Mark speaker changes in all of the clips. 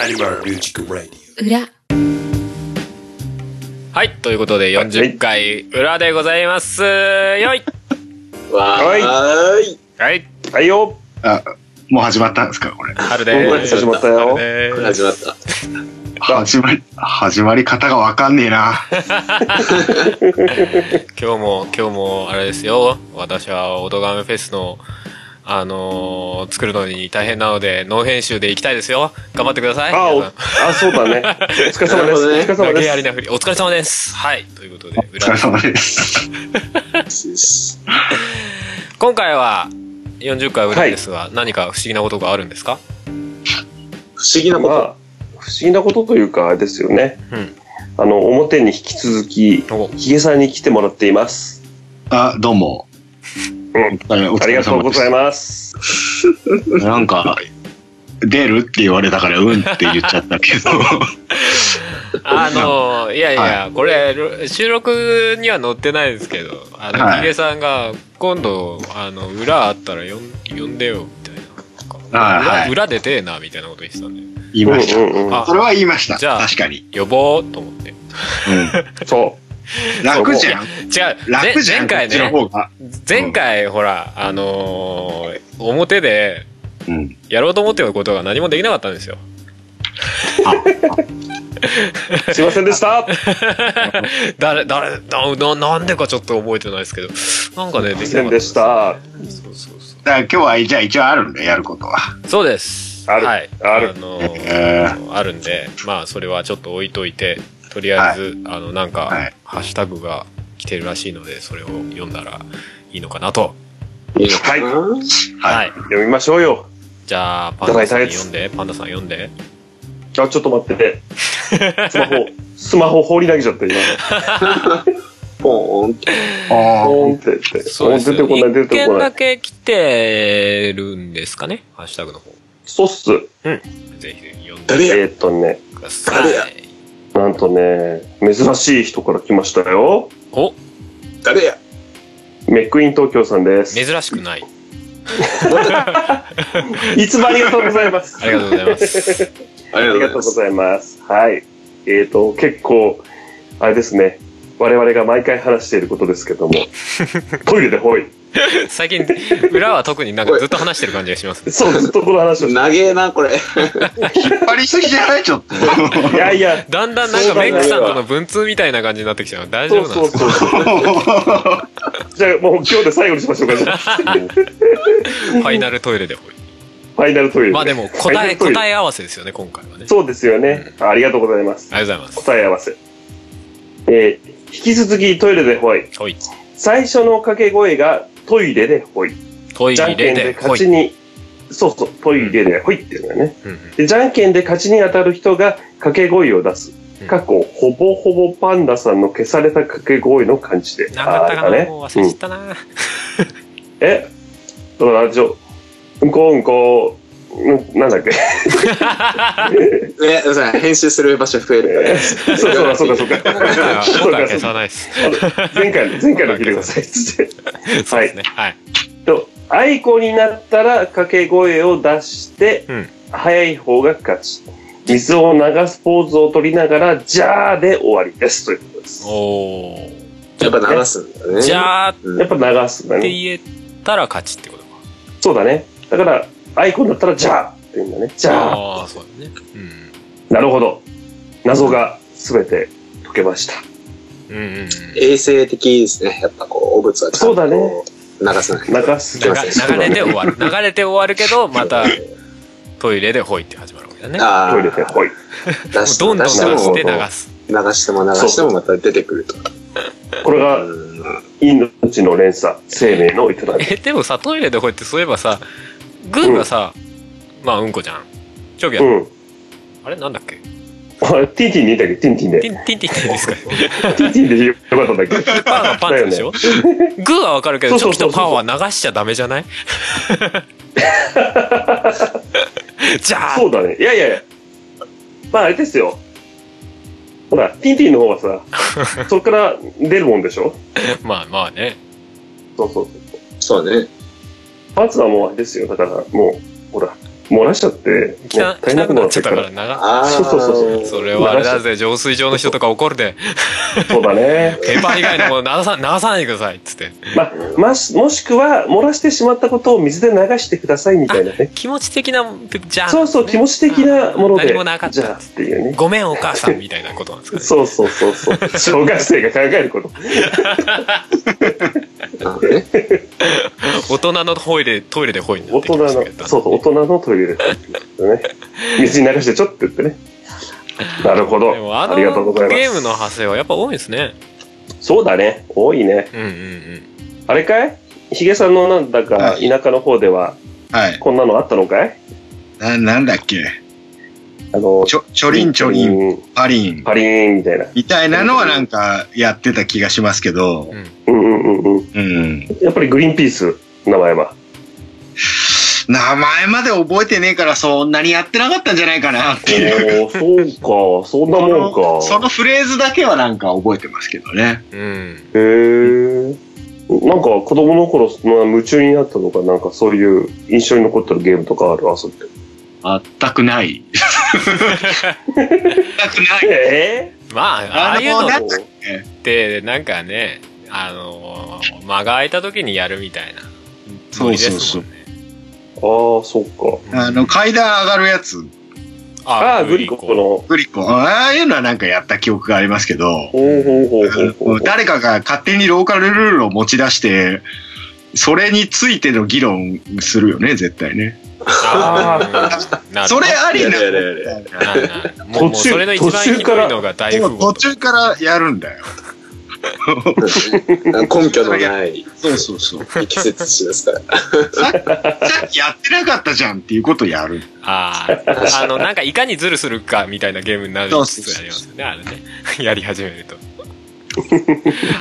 Speaker 1: アニマルミュージックラディ
Speaker 2: 裏
Speaker 3: はい、ということで40回裏でございます。よい
Speaker 4: わーい。
Speaker 3: はい、
Speaker 1: はいよ
Speaker 5: あ、もう始まったんですか、これ。
Speaker 3: 春でーす。
Speaker 1: 始まったよ
Speaker 3: 春でーす
Speaker 4: 始まった。
Speaker 5: 始まり、始まり方がわかんねえな。
Speaker 3: 今日も、今日もあれですよ。私はオドガメフェスの、あのー作るのに大変なので、ノー編集で行きたいですよ。頑張ってください。
Speaker 1: あお
Speaker 3: 皆さん
Speaker 1: あそうだねお疲れ様です、お
Speaker 4: なるほどね
Speaker 1: 疲れ
Speaker 3: 投
Speaker 1: 様
Speaker 3: げ
Speaker 1: で
Speaker 3: や
Speaker 1: す
Speaker 3: りなふりお疲れ様ですはいということで
Speaker 5: お疲
Speaker 3: 裏
Speaker 5: れ様です。
Speaker 3: 今回は40回裏ですが、何か不思議なことがあるんですか
Speaker 4: 不思議なこ
Speaker 1: ま
Speaker 4: と。
Speaker 1: あ不思議なことというかあれですよね
Speaker 3: うん
Speaker 1: あの表に引き続き
Speaker 3: お
Speaker 1: ヒゲさんに来てもらっています
Speaker 5: あ、どうも。
Speaker 1: うん
Speaker 5: あお
Speaker 1: あ
Speaker 5: 疲
Speaker 1: り
Speaker 5: れ
Speaker 1: がとう
Speaker 5: 様
Speaker 1: ご
Speaker 5: で
Speaker 1: ざい
Speaker 5: す。
Speaker 1: ます
Speaker 5: なんか、出るって言われたから、うんって言っちゃった けど。
Speaker 3: あのいやいや、これろ収録には載ってないですけどあの、
Speaker 5: はい
Speaker 3: ヒゲさんが今度あの裏あったらよん呼んでよみたいななんか
Speaker 5: あ
Speaker 3: 裏,、
Speaker 5: はい
Speaker 3: 裏出てえなみたいなこと言ってたんで
Speaker 5: 言いまし
Speaker 1: うん
Speaker 5: た。
Speaker 1: うんうん
Speaker 3: あ
Speaker 5: それは言いました。
Speaker 3: じゃあ
Speaker 5: 確かに。
Speaker 3: 呼ぼうと思って違
Speaker 1: そ
Speaker 5: うん楽じゃん。
Speaker 3: うぜ
Speaker 5: 楽じゃん。
Speaker 3: 前回
Speaker 5: こっちの
Speaker 3: ね
Speaker 5: 方が。
Speaker 3: 前回ほらあのー表で
Speaker 5: うん。
Speaker 3: やろうと思ってることが何もできなかったんですよ
Speaker 1: うすいませんでした
Speaker 3: 誰誰なななんでかちょっと覚えてないですけどなんかねできなかったすそうそうそ
Speaker 5: だから今日は、じゃあ一応あるんだ、やることは。
Speaker 3: うそうです
Speaker 1: ある
Speaker 3: はい、
Speaker 1: ある
Speaker 3: あの
Speaker 5: え
Speaker 3: あるんでまあそれはちょっと置いといてとりあえず、あのなんか、
Speaker 5: はい
Speaker 3: ハッシュタグが来てるらしいのでそれを読んだらいいのかなと
Speaker 4: いいのか
Speaker 1: はい
Speaker 4: な。
Speaker 3: は
Speaker 5: はいい、
Speaker 1: 読みましょうよ
Speaker 3: じゃあパンダさん
Speaker 1: いただいたやつ
Speaker 3: 読んでパンダさん読んで
Speaker 1: あちょっと待っててスマホスマホ放り投げちゃった今
Speaker 4: ポーンって。
Speaker 5: お
Speaker 1: ポーンってって
Speaker 3: そうです
Speaker 1: 出てこない出
Speaker 3: 一
Speaker 1: てこ
Speaker 3: 件
Speaker 1: な
Speaker 3: だ
Speaker 1: い
Speaker 3: け来てるんですかねハッシュタグの方
Speaker 1: そうっす
Speaker 3: ぜひ読んで
Speaker 4: 誰や
Speaker 1: えーっとね
Speaker 3: くださ
Speaker 4: 誰や
Speaker 3: い
Speaker 1: なんとね珍しい人から来ましたよ
Speaker 3: お
Speaker 4: 誰や
Speaker 1: メックイン東京さんです
Speaker 3: 珍しくない
Speaker 1: いつもありがとうございます
Speaker 3: ありがとうございます
Speaker 4: あり
Speaker 1: ありが
Speaker 4: が
Speaker 1: とう
Speaker 4: と
Speaker 1: ご
Speaker 4: うござい
Speaker 1: ざいます。はい。えっ、と、結構、あれですね。我々が毎回話していることですけども、 トイレでほい。
Speaker 3: 最近裏は特になんかずっと話してる感じがしますね
Speaker 1: そう、ずっとこの話を
Speaker 4: ます。
Speaker 1: し
Speaker 4: 長えな、こ れ。
Speaker 5: 引っ張りすぎじゃないちょっ と。
Speaker 1: て。いやいや、
Speaker 3: だんだんなんかメックさんとの文通みたいな感じになってきちゃう大丈
Speaker 1: そう
Speaker 3: 夫なん
Speaker 1: そう
Speaker 3: ですか
Speaker 1: そう。じゃあもう今日で最後にしましょ うか。じゃあ
Speaker 3: ファイナルトイレ で
Speaker 1: ファイナルトイレね。
Speaker 3: まあでも答え答え合わせですよね今回はね
Speaker 1: そうですよね。ありがとうございます。
Speaker 3: ありがとうございます
Speaker 1: 答え合わせ。えー引き続きトイレでほい。
Speaker 3: ほい
Speaker 1: 最初の掛け声がトイレでほい。
Speaker 3: トイ
Speaker 1: じゃん
Speaker 3: レ
Speaker 1: けんで
Speaker 3: でほ
Speaker 1: 勝ち
Speaker 3: い、
Speaker 1: に、そうそう、トイレでほいっていうのがね。
Speaker 3: うんうん
Speaker 1: でじゃんけんで勝ちに当たる人が掛け声を出す
Speaker 3: うん。
Speaker 1: 過去、ほぼほぼパンダさんの消された掛け声の感じで。
Speaker 3: なかったか
Speaker 1: あ
Speaker 3: な
Speaker 1: れだ
Speaker 3: もう忘
Speaker 1: う
Speaker 3: れ
Speaker 1: ん
Speaker 3: ちゃっ、たな
Speaker 1: えどのラジオうんこうんこ、うんなんだっけ
Speaker 4: ね、うさ編集する場所増えるから。
Speaker 1: そうかそうかそ うか。
Speaker 3: 今回は
Speaker 1: そ
Speaker 3: 今回は
Speaker 1: うか
Speaker 3: 消
Speaker 1: そう
Speaker 3: さ
Speaker 1: か。
Speaker 3: ないです
Speaker 1: 前回の、前回の聞いてください。つって。
Speaker 3: そうですねはい
Speaker 1: と、あいこになったら掛け声を出して、
Speaker 3: うん
Speaker 1: 早い方が勝ち。水を流すポーズを取りながら、じゃーで終わりです。ということです。
Speaker 3: おー
Speaker 4: やっぱ流すんだね。
Speaker 3: じゃあっ
Speaker 4: うん
Speaker 1: やっぱ流すんだ
Speaker 3: て
Speaker 1: ね。
Speaker 3: 言えたら勝ちってことか
Speaker 1: そうだね。だから、アイコンだったら、じゃあって言うんだね。じゃあ。
Speaker 3: ああーそうだね
Speaker 1: なるほど。謎がすべて解けました。
Speaker 3: うんうんうんうん
Speaker 4: 衛生的ですね。やっぱこう、汚物はちゃんとこう流さない。
Speaker 1: 流す。
Speaker 3: 流流れて
Speaker 1: そう
Speaker 3: 終
Speaker 1: だね
Speaker 3: わる流れて終わるけどまたトイレでほいって始まるわけだねも
Speaker 4: ああ、
Speaker 1: トイ
Speaker 4: 出
Speaker 1: レで、ほい。
Speaker 3: う
Speaker 4: し
Speaker 3: どんどん出
Speaker 4: 出し
Speaker 3: してて流
Speaker 4: も、
Speaker 1: どんどん
Speaker 3: す
Speaker 4: 流しても流してもまた出てくると。
Speaker 1: これが、
Speaker 4: うん
Speaker 1: 命の連鎖、生命の営み。
Speaker 3: えでもさトイレでほいってそういえばさグーがさ、まあうんこじゃんチョキは、
Speaker 1: うん。
Speaker 3: あれなんだっけテ
Speaker 1: あティンティンでいいんだっけティンティンで。テ
Speaker 3: ィンティンティンってです か
Speaker 1: ィンティンでよかったんだっけ
Speaker 3: パンはパンでしょ、グーはわかるけどチ
Speaker 1: そ
Speaker 3: ョ
Speaker 1: う
Speaker 3: キ
Speaker 1: そうそ
Speaker 3: と
Speaker 1: うそ
Speaker 3: パ
Speaker 1: う
Speaker 3: ンは流しちゃダメじゃない じゃあ
Speaker 1: そうだね。いやいやいや。まあ、あれですよ。ほら、ティンティンの方はさ、 そっから出るもんでしょ
Speaker 3: まあまあね
Speaker 1: そうそう。
Speaker 4: そうね。
Speaker 1: パンツはもうあれですよ。だから、もう、ほら、漏らしちゃって、
Speaker 3: 汚
Speaker 1: もう足りな
Speaker 3: く
Speaker 1: くな
Speaker 3: なっ
Speaker 1: っ
Speaker 3: ちゃ
Speaker 1: ち
Speaker 3: っ
Speaker 1: ゃ
Speaker 3: た
Speaker 1: た
Speaker 3: か
Speaker 1: からら。
Speaker 3: な。
Speaker 4: ああ。
Speaker 1: そうそうそう
Speaker 3: それはあれだぜ、浄水場の人とか怒るで、
Speaker 1: そうだね。
Speaker 3: ペーパー以外のもの流さ流さないでくださいっつって。
Speaker 1: ま、まし、もしくは、漏らしてしまったことを水で流してくださいみたいなね。
Speaker 3: 気持ち的な、じゃあ、
Speaker 1: そうそう、気持ち的なもので
Speaker 3: 何もなかっ、た
Speaker 1: じゃあっていうね。
Speaker 3: ごめんお母さんみたいなことなんですかね。
Speaker 1: そうそうそう そう。小学生が考えること。
Speaker 4: なのね。
Speaker 3: 大人のトイレ、トイレでホイにな
Speaker 1: 大
Speaker 3: ってき
Speaker 1: 人
Speaker 3: ました
Speaker 1: の
Speaker 3: け、ど。
Speaker 1: そうそう、大人のトイレ で、ね。水に流してちょっと言ってね。なるほど。
Speaker 3: でもあ
Speaker 1: あ
Speaker 3: の
Speaker 1: りがとうございます。
Speaker 3: ゲームの派生はやっぱ多いですね。
Speaker 1: そうだね。多いね。
Speaker 3: うんうんうん。
Speaker 1: あれかいヒゲさんのなんだか、
Speaker 5: はい
Speaker 1: 田舎の方では、
Speaker 5: はい。
Speaker 1: こんなのあったのかい
Speaker 5: な、なんだっけ。
Speaker 1: あの、
Speaker 5: ちょ、ちょりんちょりん、
Speaker 1: うん。
Speaker 5: パリン。
Speaker 1: パリーンみたいな。
Speaker 5: みたいなのはなんかやってた気がしますけど、
Speaker 1: うんうんうんうん。
Speaker 5: うん。
Speaker 1: やっぱりグリーンピース、名前 は。
Speaker 5: 名前まで覚えてねえからそんなにやってなかったんじゃないかなっていう。
Speaker 1: おおそうか。そんなも
Speaker 5: そ
Speaker 1: ん
Speaker 5: の
Speaker 1: か。
Speaker 5: そのフレーズだけはなんか覚えてますけどね。
Speaker 3: うん。
Speaker 1: へえ。なんか子供の頃、まあ、夢中になったのか、なんかそういう印象に残ってるゲームとかある遊びで。
Speaker 5: 全くない。全くない。
Speaker 1: え
Speaker 3: まあ、ああいうの
Speaker 5: あの
Speaker 3: っ
Speaker 5: なんか
Speaker 3: て、なんかね、あのー、間が空いた時にやるみたいな。
Speaker 5: そうそうそう
Speaker 3: ノリです
Speaker 1: ああ、そっか。
Speaker 3: もんね。
Speaker 5: あの、階段上がるやつ、
Speaker 1: ああ、グリコ
Speaker 3: の。
Speaker 1: の。
Speaker 5: グリコ、ああいうのはなんかやった記憶がありますけど、
Speaker 1: ほうほうほうほうほう。
Speaker 5: 誰かが勝手にローカルルールを持ち出して、それについての議論するよね、絶対ね。
Speaker 3: あーなる
Speaker 5: そ
Speaker 3: ほど
Speaker 5: れありな
Speaker 4: やれやれや
Speaker 5: の
Speaker 3: なるなるもうもう
Speaker 1: 途中
Speaker 3: それの一番ひどいのが大富
Speaker 5: もう
Speaker 3: 豪
Speaker 5: 途
Speaker 3: と。
Speaker 5: 中からやるんだよ。
Speaker 4: 根拠のない
Speaker 5: そうそうそう。
Speaker 4: 季節史ですか ら。
Speaker 5: さっきやってなかったじゃんっていうことやる。
Speaker 3: ああ。あの、なんかいかにズルするかみたいなゲームになりつつありますよね、あれね。 やり始め ると。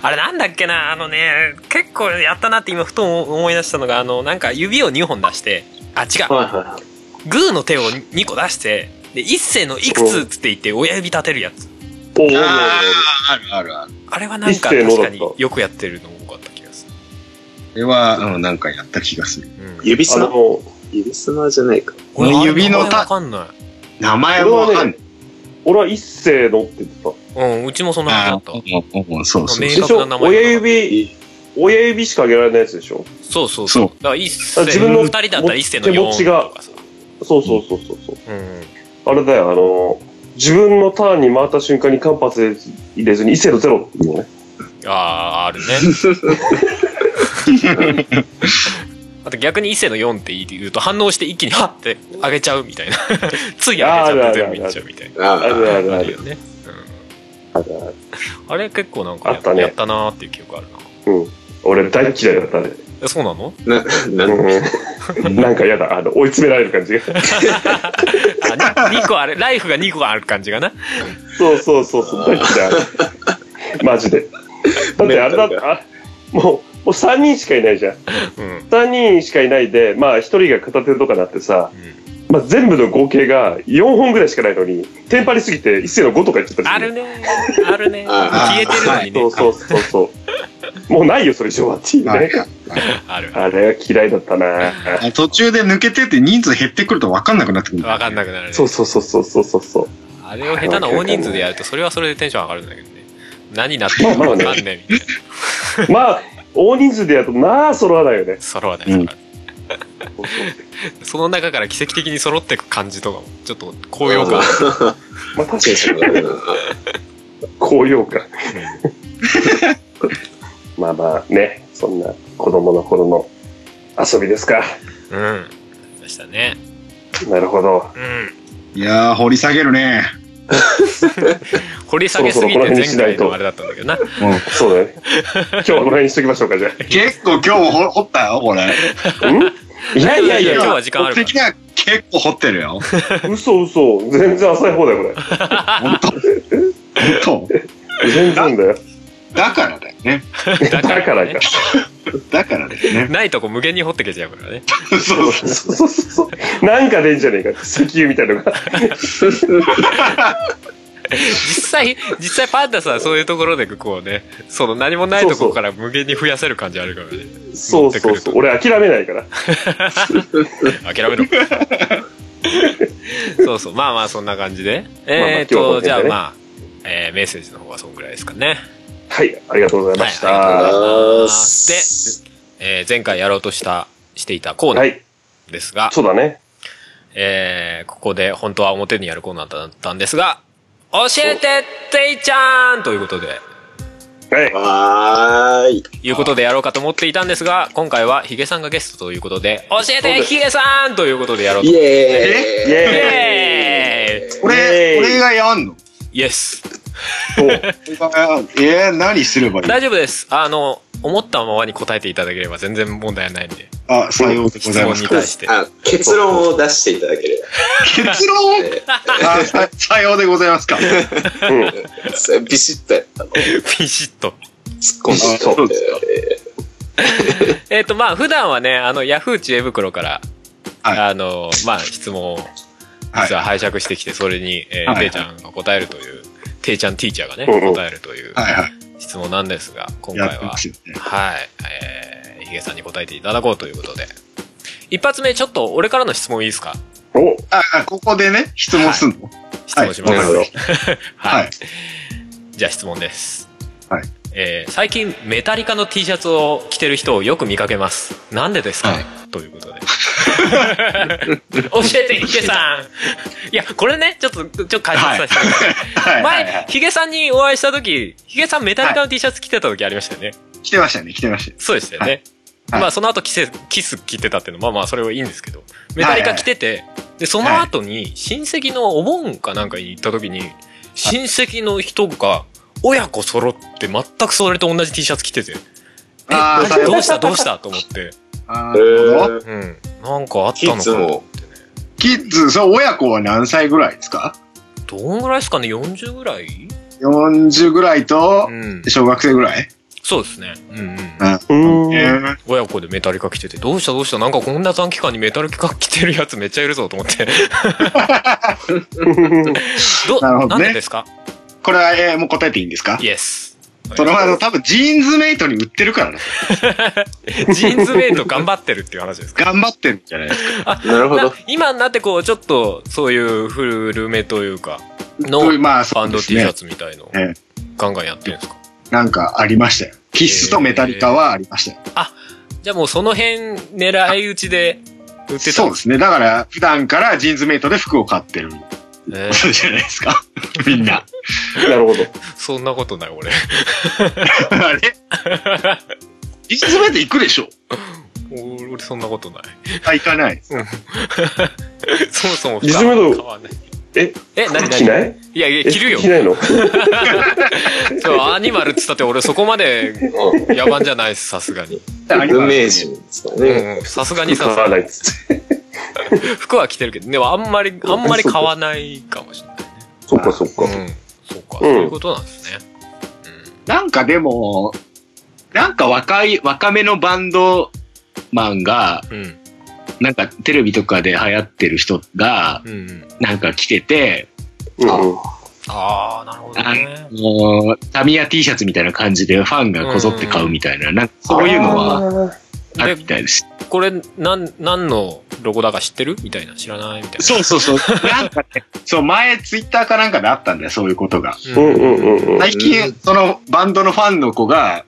Speaker 3: あれなんだっけな、あのね、結構やったなって今ふと思い出したのが、あの、なんか指を2本出して、あ、違う、
Speaker 4: はいは
Speaker 3: グーの手を2個出して、で、一世のいくつっつって言って親指立てるやつ。
Speaker 1: おお
Speaker 5: ああ、あるあるある。
Speaker 3: あれはなんか
Speaker 1: 一世のだ
Speaker 3: 確
Speaker 1: った
Speaker 3: かによくやってるの多かった気がする。
Speaker 5: これは、うん、なんかやった気がする。
Speaker 3: うん
Speaker 4: い。指
Speaker 1: あ
Speaker 4: すま
Speaker 1: の、
Speaker 4: 指すまじゃないか。
Speaker 5: この指の
Speaker 3: 俺あれ名前わかんない。
Speaker 5: 名前もわかんない。
Speaker 1: 俺は一世のって言ってた。
Speaker 3: うん、うちもそんな
Speaker 5: あ
Speaker 3: 感
Speaker 5: あ
Speaker 3: じだっ
Speaker 5: うんうんうんそうそう
Speaker 3: 明
Speaker 1: で
Speaker 5: そう。
Speaker 1: し
Speaker 3: 確な
Speaker 1: ょ
Speaker 3: 名前
Speaker 1: 親指、親指しか上げられないやつでしょ
Speaker 3: た。そうそうそ。
Speaker 5: そうう
Speaker 3: だから一世、
Speaker 1: あ
Speaker 3: 自
Speaker 1: 自
Speaker 3: 分
Speaker 1: 分
Speaker 3: の
Speaker 1: の
Speaker 3: 2人だったら一世の
Speaker 1: 手持ちが
Speaker 3: 4とかさ。
Speaker 1: そうそうそうそうそう。
Speaker 3: うん。
Speaker 1: あれだよ、あの、自分のターンに回った瞬間に間髪入れず入れずに一世のゼロっていうのね。
Speaker 3: ああ、あるね。 あと逆に伊勢の4って言うと反応して一気にハッて上げちゃうみたい な。つい上げちゃって全部いっちゃうみたい
Speaker 4: あ
Speaker 1: あるある
Speaker 3: な。
Speaker 1: あ
Speaker 3: あ
Speaker 1: る
Speaker 3: る。よね。
Speaker 1: あるある。
Speaker 3: うん。あれ結構なんかや
Speaker 1: あったね
Speaker 3: やったなーっていう記憶あるな。
Speaker 1: うん。俺大嫌いだったね。
Speaker 3: えそうなの
Speaker 4: な、なん
Speaker 1: うんなんか嫌だ。あの、追い詰められる感じが。
Speaker 3: あ、2個ある。ライフが2個ある感じがな。
Speaker 1: そうそうそうそう、大嫌い。マジで。だってあれだって、あもう、もう3人しかいないじゃん。
Speaker 3: うん。うん。
Speaker 1: 3人しかいないで、まあ1人が片手とかなってさ、まあ全部の合計が4本ぐらいしかないのに、テンパりすぎて一世の5とか言っちゃったりす
Speaker 3: あるねー。あるねー。
Speaker 4: あ
Speaker 3: 消えてるのにね
Speaker 1: そう。そうそうそう。もうないよ、それ以上はっていう
Speaker 5: はい
Speaker 1: ね。
Speaker 3: ある。
Speaker 1: あれは嫌いだったな。
Speaker 5: あ途中で抜けてって人数減ってくると分かんなくなってくる。
Speaker 3: わかんなくなるね。
Speaker 1: そうそうそうそうそうそうそう。
Speaker 3: あれを下手な大人数でやると、それはそれでテンション上がるんだけどね。何になってるかわかんねえみたいな。
Speaker 1: まあ、大人数でやると、まあ、揃わないよね。
Speaker 3: 揃わない、
Speaker 5: う
Speaker 3: 揃
Speaker 5: ん
Speaker 3: わない。 その中から奇跡的に揃っていく感じとかも、ちょっと高揚 感。
Speaker 1: まあ、確か
Speaker 4: テ
Speaker 1: に
Speaker 4: ン、ションが上がるな。
Speaker 1: 高揚感。まあまあ、ね、そんな子供の頃の遊びですか。
Speaker 3: うん。でしたね。
Speaker 1: なるほど。
Speaker 3: うん。
Speaker 5: いやー、掘り下げるね。
Speaker 3: 掘り下げすぎて前回のあれだったんだけどな。
Speaker 1: そうだね。今日はこの辺にしときましょうか、じゃ
Speaker 5: 結構今日も掘ったよ、これ。
Speaker 1: あ。んいやいやいやい
Speaker 3: 今日
Speaker 1: や、
Speaker 3: は時間あるから
Speaker 5: 僕的には結構掘ってるよ。
Speaker 1: 嘘嘘。全然浅い方だよ、こ
Speaker 5: 本当本
Speaker 1: れ。全然だよ。
Speaker 5: 当だからだよね。
Speaker 3: だ
Speaker 1: だから
Speaker 3: ね。。
Speaker 1: か
Speaker 5: だからだ よね。
Speaker 3: ないとこ無限に掘ってけちゃうからね。
Speaker 5: そうそう
Speaker 1: そうそうそうそう。なんか出んじゃねえか。石油みたいなのが。
Speaker 3: 実際、実際パンダさんはそういうところでこうね、その何もないとこから無限に増やせる感じあるからね。
Speaker 1: そうそうそう。俺諦めないから。
Speaker 3: 諦めろ。そうそう。まあまあ、そんな感じで。えー、っ
Speaker 1: まあまあ今日はこ
Speaker 3: と、
Speaker 1: の辺でね
Speaker 3: じゃあまあ、えーメッセージの方はそんぐらいですかね。
Speaker 1: はい、ありがとうございました。
Speaker 3: はいありがとうございま
Speaker 4: あー
Speaker 3: すえー前回やろうとした、していたコーナ
Speaker 1: は
Speaker 3: ー
Speaker 1: い、
Speaker 3: ですが、
Speaker 1: そうだね。
Speaker 3: えーここで本当は表にやるコーナーだったんですが、教えてていちゃんということで、
Speaker 1: はい、
Speaker 4: わーい。
Speaker 3: いうことでやろうかと思っていたんですが、今回はヒゲさんがゲストということで、教え
Speaker 1: そう
Speaker 3: て
Speaker 1: です
Speaker 3: ヒゲさんということでやろうと。
Speaker 4: イ
Speaker 3: イ
Speaker 4: エーイ。
Speaker 1: イ
Speaker 3: エ
Speaker 1: エ
Speaker 3: ーイ
Speaker 1: イエー
Speaker 5: 俺、
Speaker 1: イ
Speaker 5: 俺がやんの
Speaker 3: イエス
Speaker 5: 俺がやんえー、何すればいい
Speaker 3: 大丈夫です。あの、思ったままに答えていただければ全然問題はないんで、
Speaker 5: あ、さようでご
Speaker 3: 質
Speaker 5: ざい
Speaker 3: 問
Speaker 5: ます
Speaker 3: に
Speaker 5: か。
Speaker 3: 対して。
Speaker 4: あ結論を出していただければ。
Speaker 5: 結論
Speaker 4: え
Speaker 5: あささようでございますか。
Speaker 1: うん、
Speaker 4: ーそれビシッとやったの。突っ
Speaker 3: ピシッと。
Speaker 4: 込んで
Speaker 5: あそうですか
Speaker 4: えー
Speaker 3: えっ、と、まあ、普段はね、あの、ヤフー知恵袋から、
Speaker 5: はい
Speaker 3: あの、まあ、質問を
Speaker 5: はい
Speaker 3: 実は拝借してきて、それに、えー
Speaker 5: はいはい
Speaker 3: ていちゃんが答えるという、ていちゃんティーチャーがね、
Speaker 1: うんうん
Speaker 3: 答えるという
Speaker 5: はいはい。
Speaker 3: 質問なんですが、今回
Speaker 5: やって
Speaker 3: は
Speaker 5: ま、すよね。
Speaker 3: はい、えー、ヒゲさんに答えていただこうということで。一発目、ちょっと俺からの質問いいですか
Speaker 1: お
Speaker 5: あ、あここでね、質問すんの
Speaker 3: 質問しま
Speaker 5: は
Speaker 3: す。
Speaker 1: なる
Speaker 5: いわか
Speaker 1: ほ
Speaker 5: り
Speaker 1: ど
Speaker 5: ま。
Speaker 3: はい。
Speaker 5: はい
Speaker 3: じゃあ質問です。
Speaker 5: はい。
Speaker 3: えー最近メタリカの T シャツを着てる人をよく見かけます。なんでですか、
Speaker 5: はい
Speaker 3: ということで。教えて、ヒゲさん。いや、これね、ちょっと、ちょっと解説させてください。
Speaker 5: はいはいは
Speaker 3: 前
Speaker 5: い。、
Speaker 3: ヒゲさんにお会いした時、ヒゲさんメタリカの T シャツ着てた時ありましたよね。
Speaker 5: 来てましたね、来てましたね。
Speaker 3: そうでしたよね。
Speaker 5: はい
Speaker 3: まあ、その後キス、キス着てたっていうのは、まあまあ、それはいいんですけど、メタリカ着てて、で、その後に、親戚のお盆かなんかに行った時に、親戚の人が、親子揃って、全くそれと同じ T シャツ着てて、
Speaker 5: あー
Speaker 3: え、どうしたどうしたと思って、
Speaker 5: あーなるほ
Speaker 3: う
Speaker 5: ど
Speaker 3: ん。なんかあった
Speaker 4: キ
Speaker 3: の
Speaker 4: ッズ
Speaker 3: かな
Speaker 4: も
Speaker 3: ってね。
Speaker 5: キッズ、そう、親子は何歳ぐらいですか
Speaker 3: どんぐらいですかね ?40 ぐらい
Speaker 5: ?40 ぐらいと
Speaker 3: う、ん。
Speaker 5: 小学生ぐらい
Speaker 3: そうですね。うんうん。
Speaker 1: うん、
Speaker 5: えー
Speaker 3: 親子でメタリカ着てて、どうしたどうしたなんかこんな短期間にメタリカ着てるやつめっちゃいるぞと思って。ど、
Speaker 5: なるほどね
Speaker 3: なんでですか
Speaker 5: これは、えーもう答えていいんですか
Speaker 3: イエス。
Speaker 5: それはあの多分ジーンズメイトに売ってるからね。
Speaker 3: ジーンズメイト頑張ってるっていう話ですか
Speaker 5: 頑張ってるんじゃないですか。
Speaker 4: なるほど
Speaker 3: な。今になってこう、ちょっと、そういう古めというか、の
Speaker 5: そういうまあ、そ
Speaker 3: バ
Speaker 5: う
Speaker 3: ン
Speaker 5: で
Speaker 3: ド
Speaker 5: す
Speaker 3: T シャ
Speaker 5: ね。
Speaker 3: ツみたいの、
Speaker 5: え
Speaker 3: ガンガンやってるんですか
Speaker 5: なんかありましたよ。キッスとメタリカはありましたよ。
Speaker 3: じゃあもうその辺狙い撃ちで売ってた
Speaker 5: そうですね。だから、普段からジーンズメイトで服を買ってる。
Speaker 3: ね
Speaker 5: そうじゃないですか。 み んな。
Speaker 1: なるほど。
Speaker 3: そんなことない俺。
Speaker 5: あれジーンズメイト行くでしょ
Speaker 3: 俺そんなことない。
Speaker 5: あ、行かない。
Speaker 3: そもそも
Speaker 1: リズムの
Speaker 3: 変わんない。
Speaker 1: え
Speaker 3: え、何
Speaker 1: 着な
Speaker 3: 何
Speaker 1: い
Speaker 3: いやい
Speaker 1: え
Speaker 3: や、着るよ
Speaker 1: 着。ないの
Speaker 3: そうアニマルっつったって俺そこまで野蛮じゃないです、さすがに。
Speaker 5: ありますね
Speaker 4: 運命人ですかね。
Speaker 3: うんさすがに
Speaker 1: 買
Speaker 3: さ、
Speaker 1: わないっつって。
Speaker 3: 服は着てるけど、でもあんまり、あんまり買わないかもしれないね。
Speaker 1: そっかそっか。
Speaker 3: うん。そうか、そういうことなんですね。
Speaker 5: なんかでも、なんか若い、若めのバンドマンが、
Speaker 3: うん。うん。
Speaker 5: なんかテレビとかで流行ってる人が、
Speaker 3: うんうん。
Speaker 5: なんか着てて、
Speaker 1: うんうん
Speaker 3: ああ、なるほどね。
Speaker 5: もう、タミヤ T シャツみたいな感じでファンがこぞって買うみたいな、なんかそういうのは
Speaker 1: は。
Speaker 5: あるみたいです。
Speaker 3: これ、なん、何のロゴだか知ってるみたいな。知らないみたいな。
Speaker 5: そうそうそう。 なんかね、そう、前ツイッターかなんかであったんだよ、そういうことが。
Speaker 3: う
Speaker 1: う
Speaker 3: んん。
Speaker 1: うんうんうん。
Speaker 5: 最近、そのバンドのファンの子が、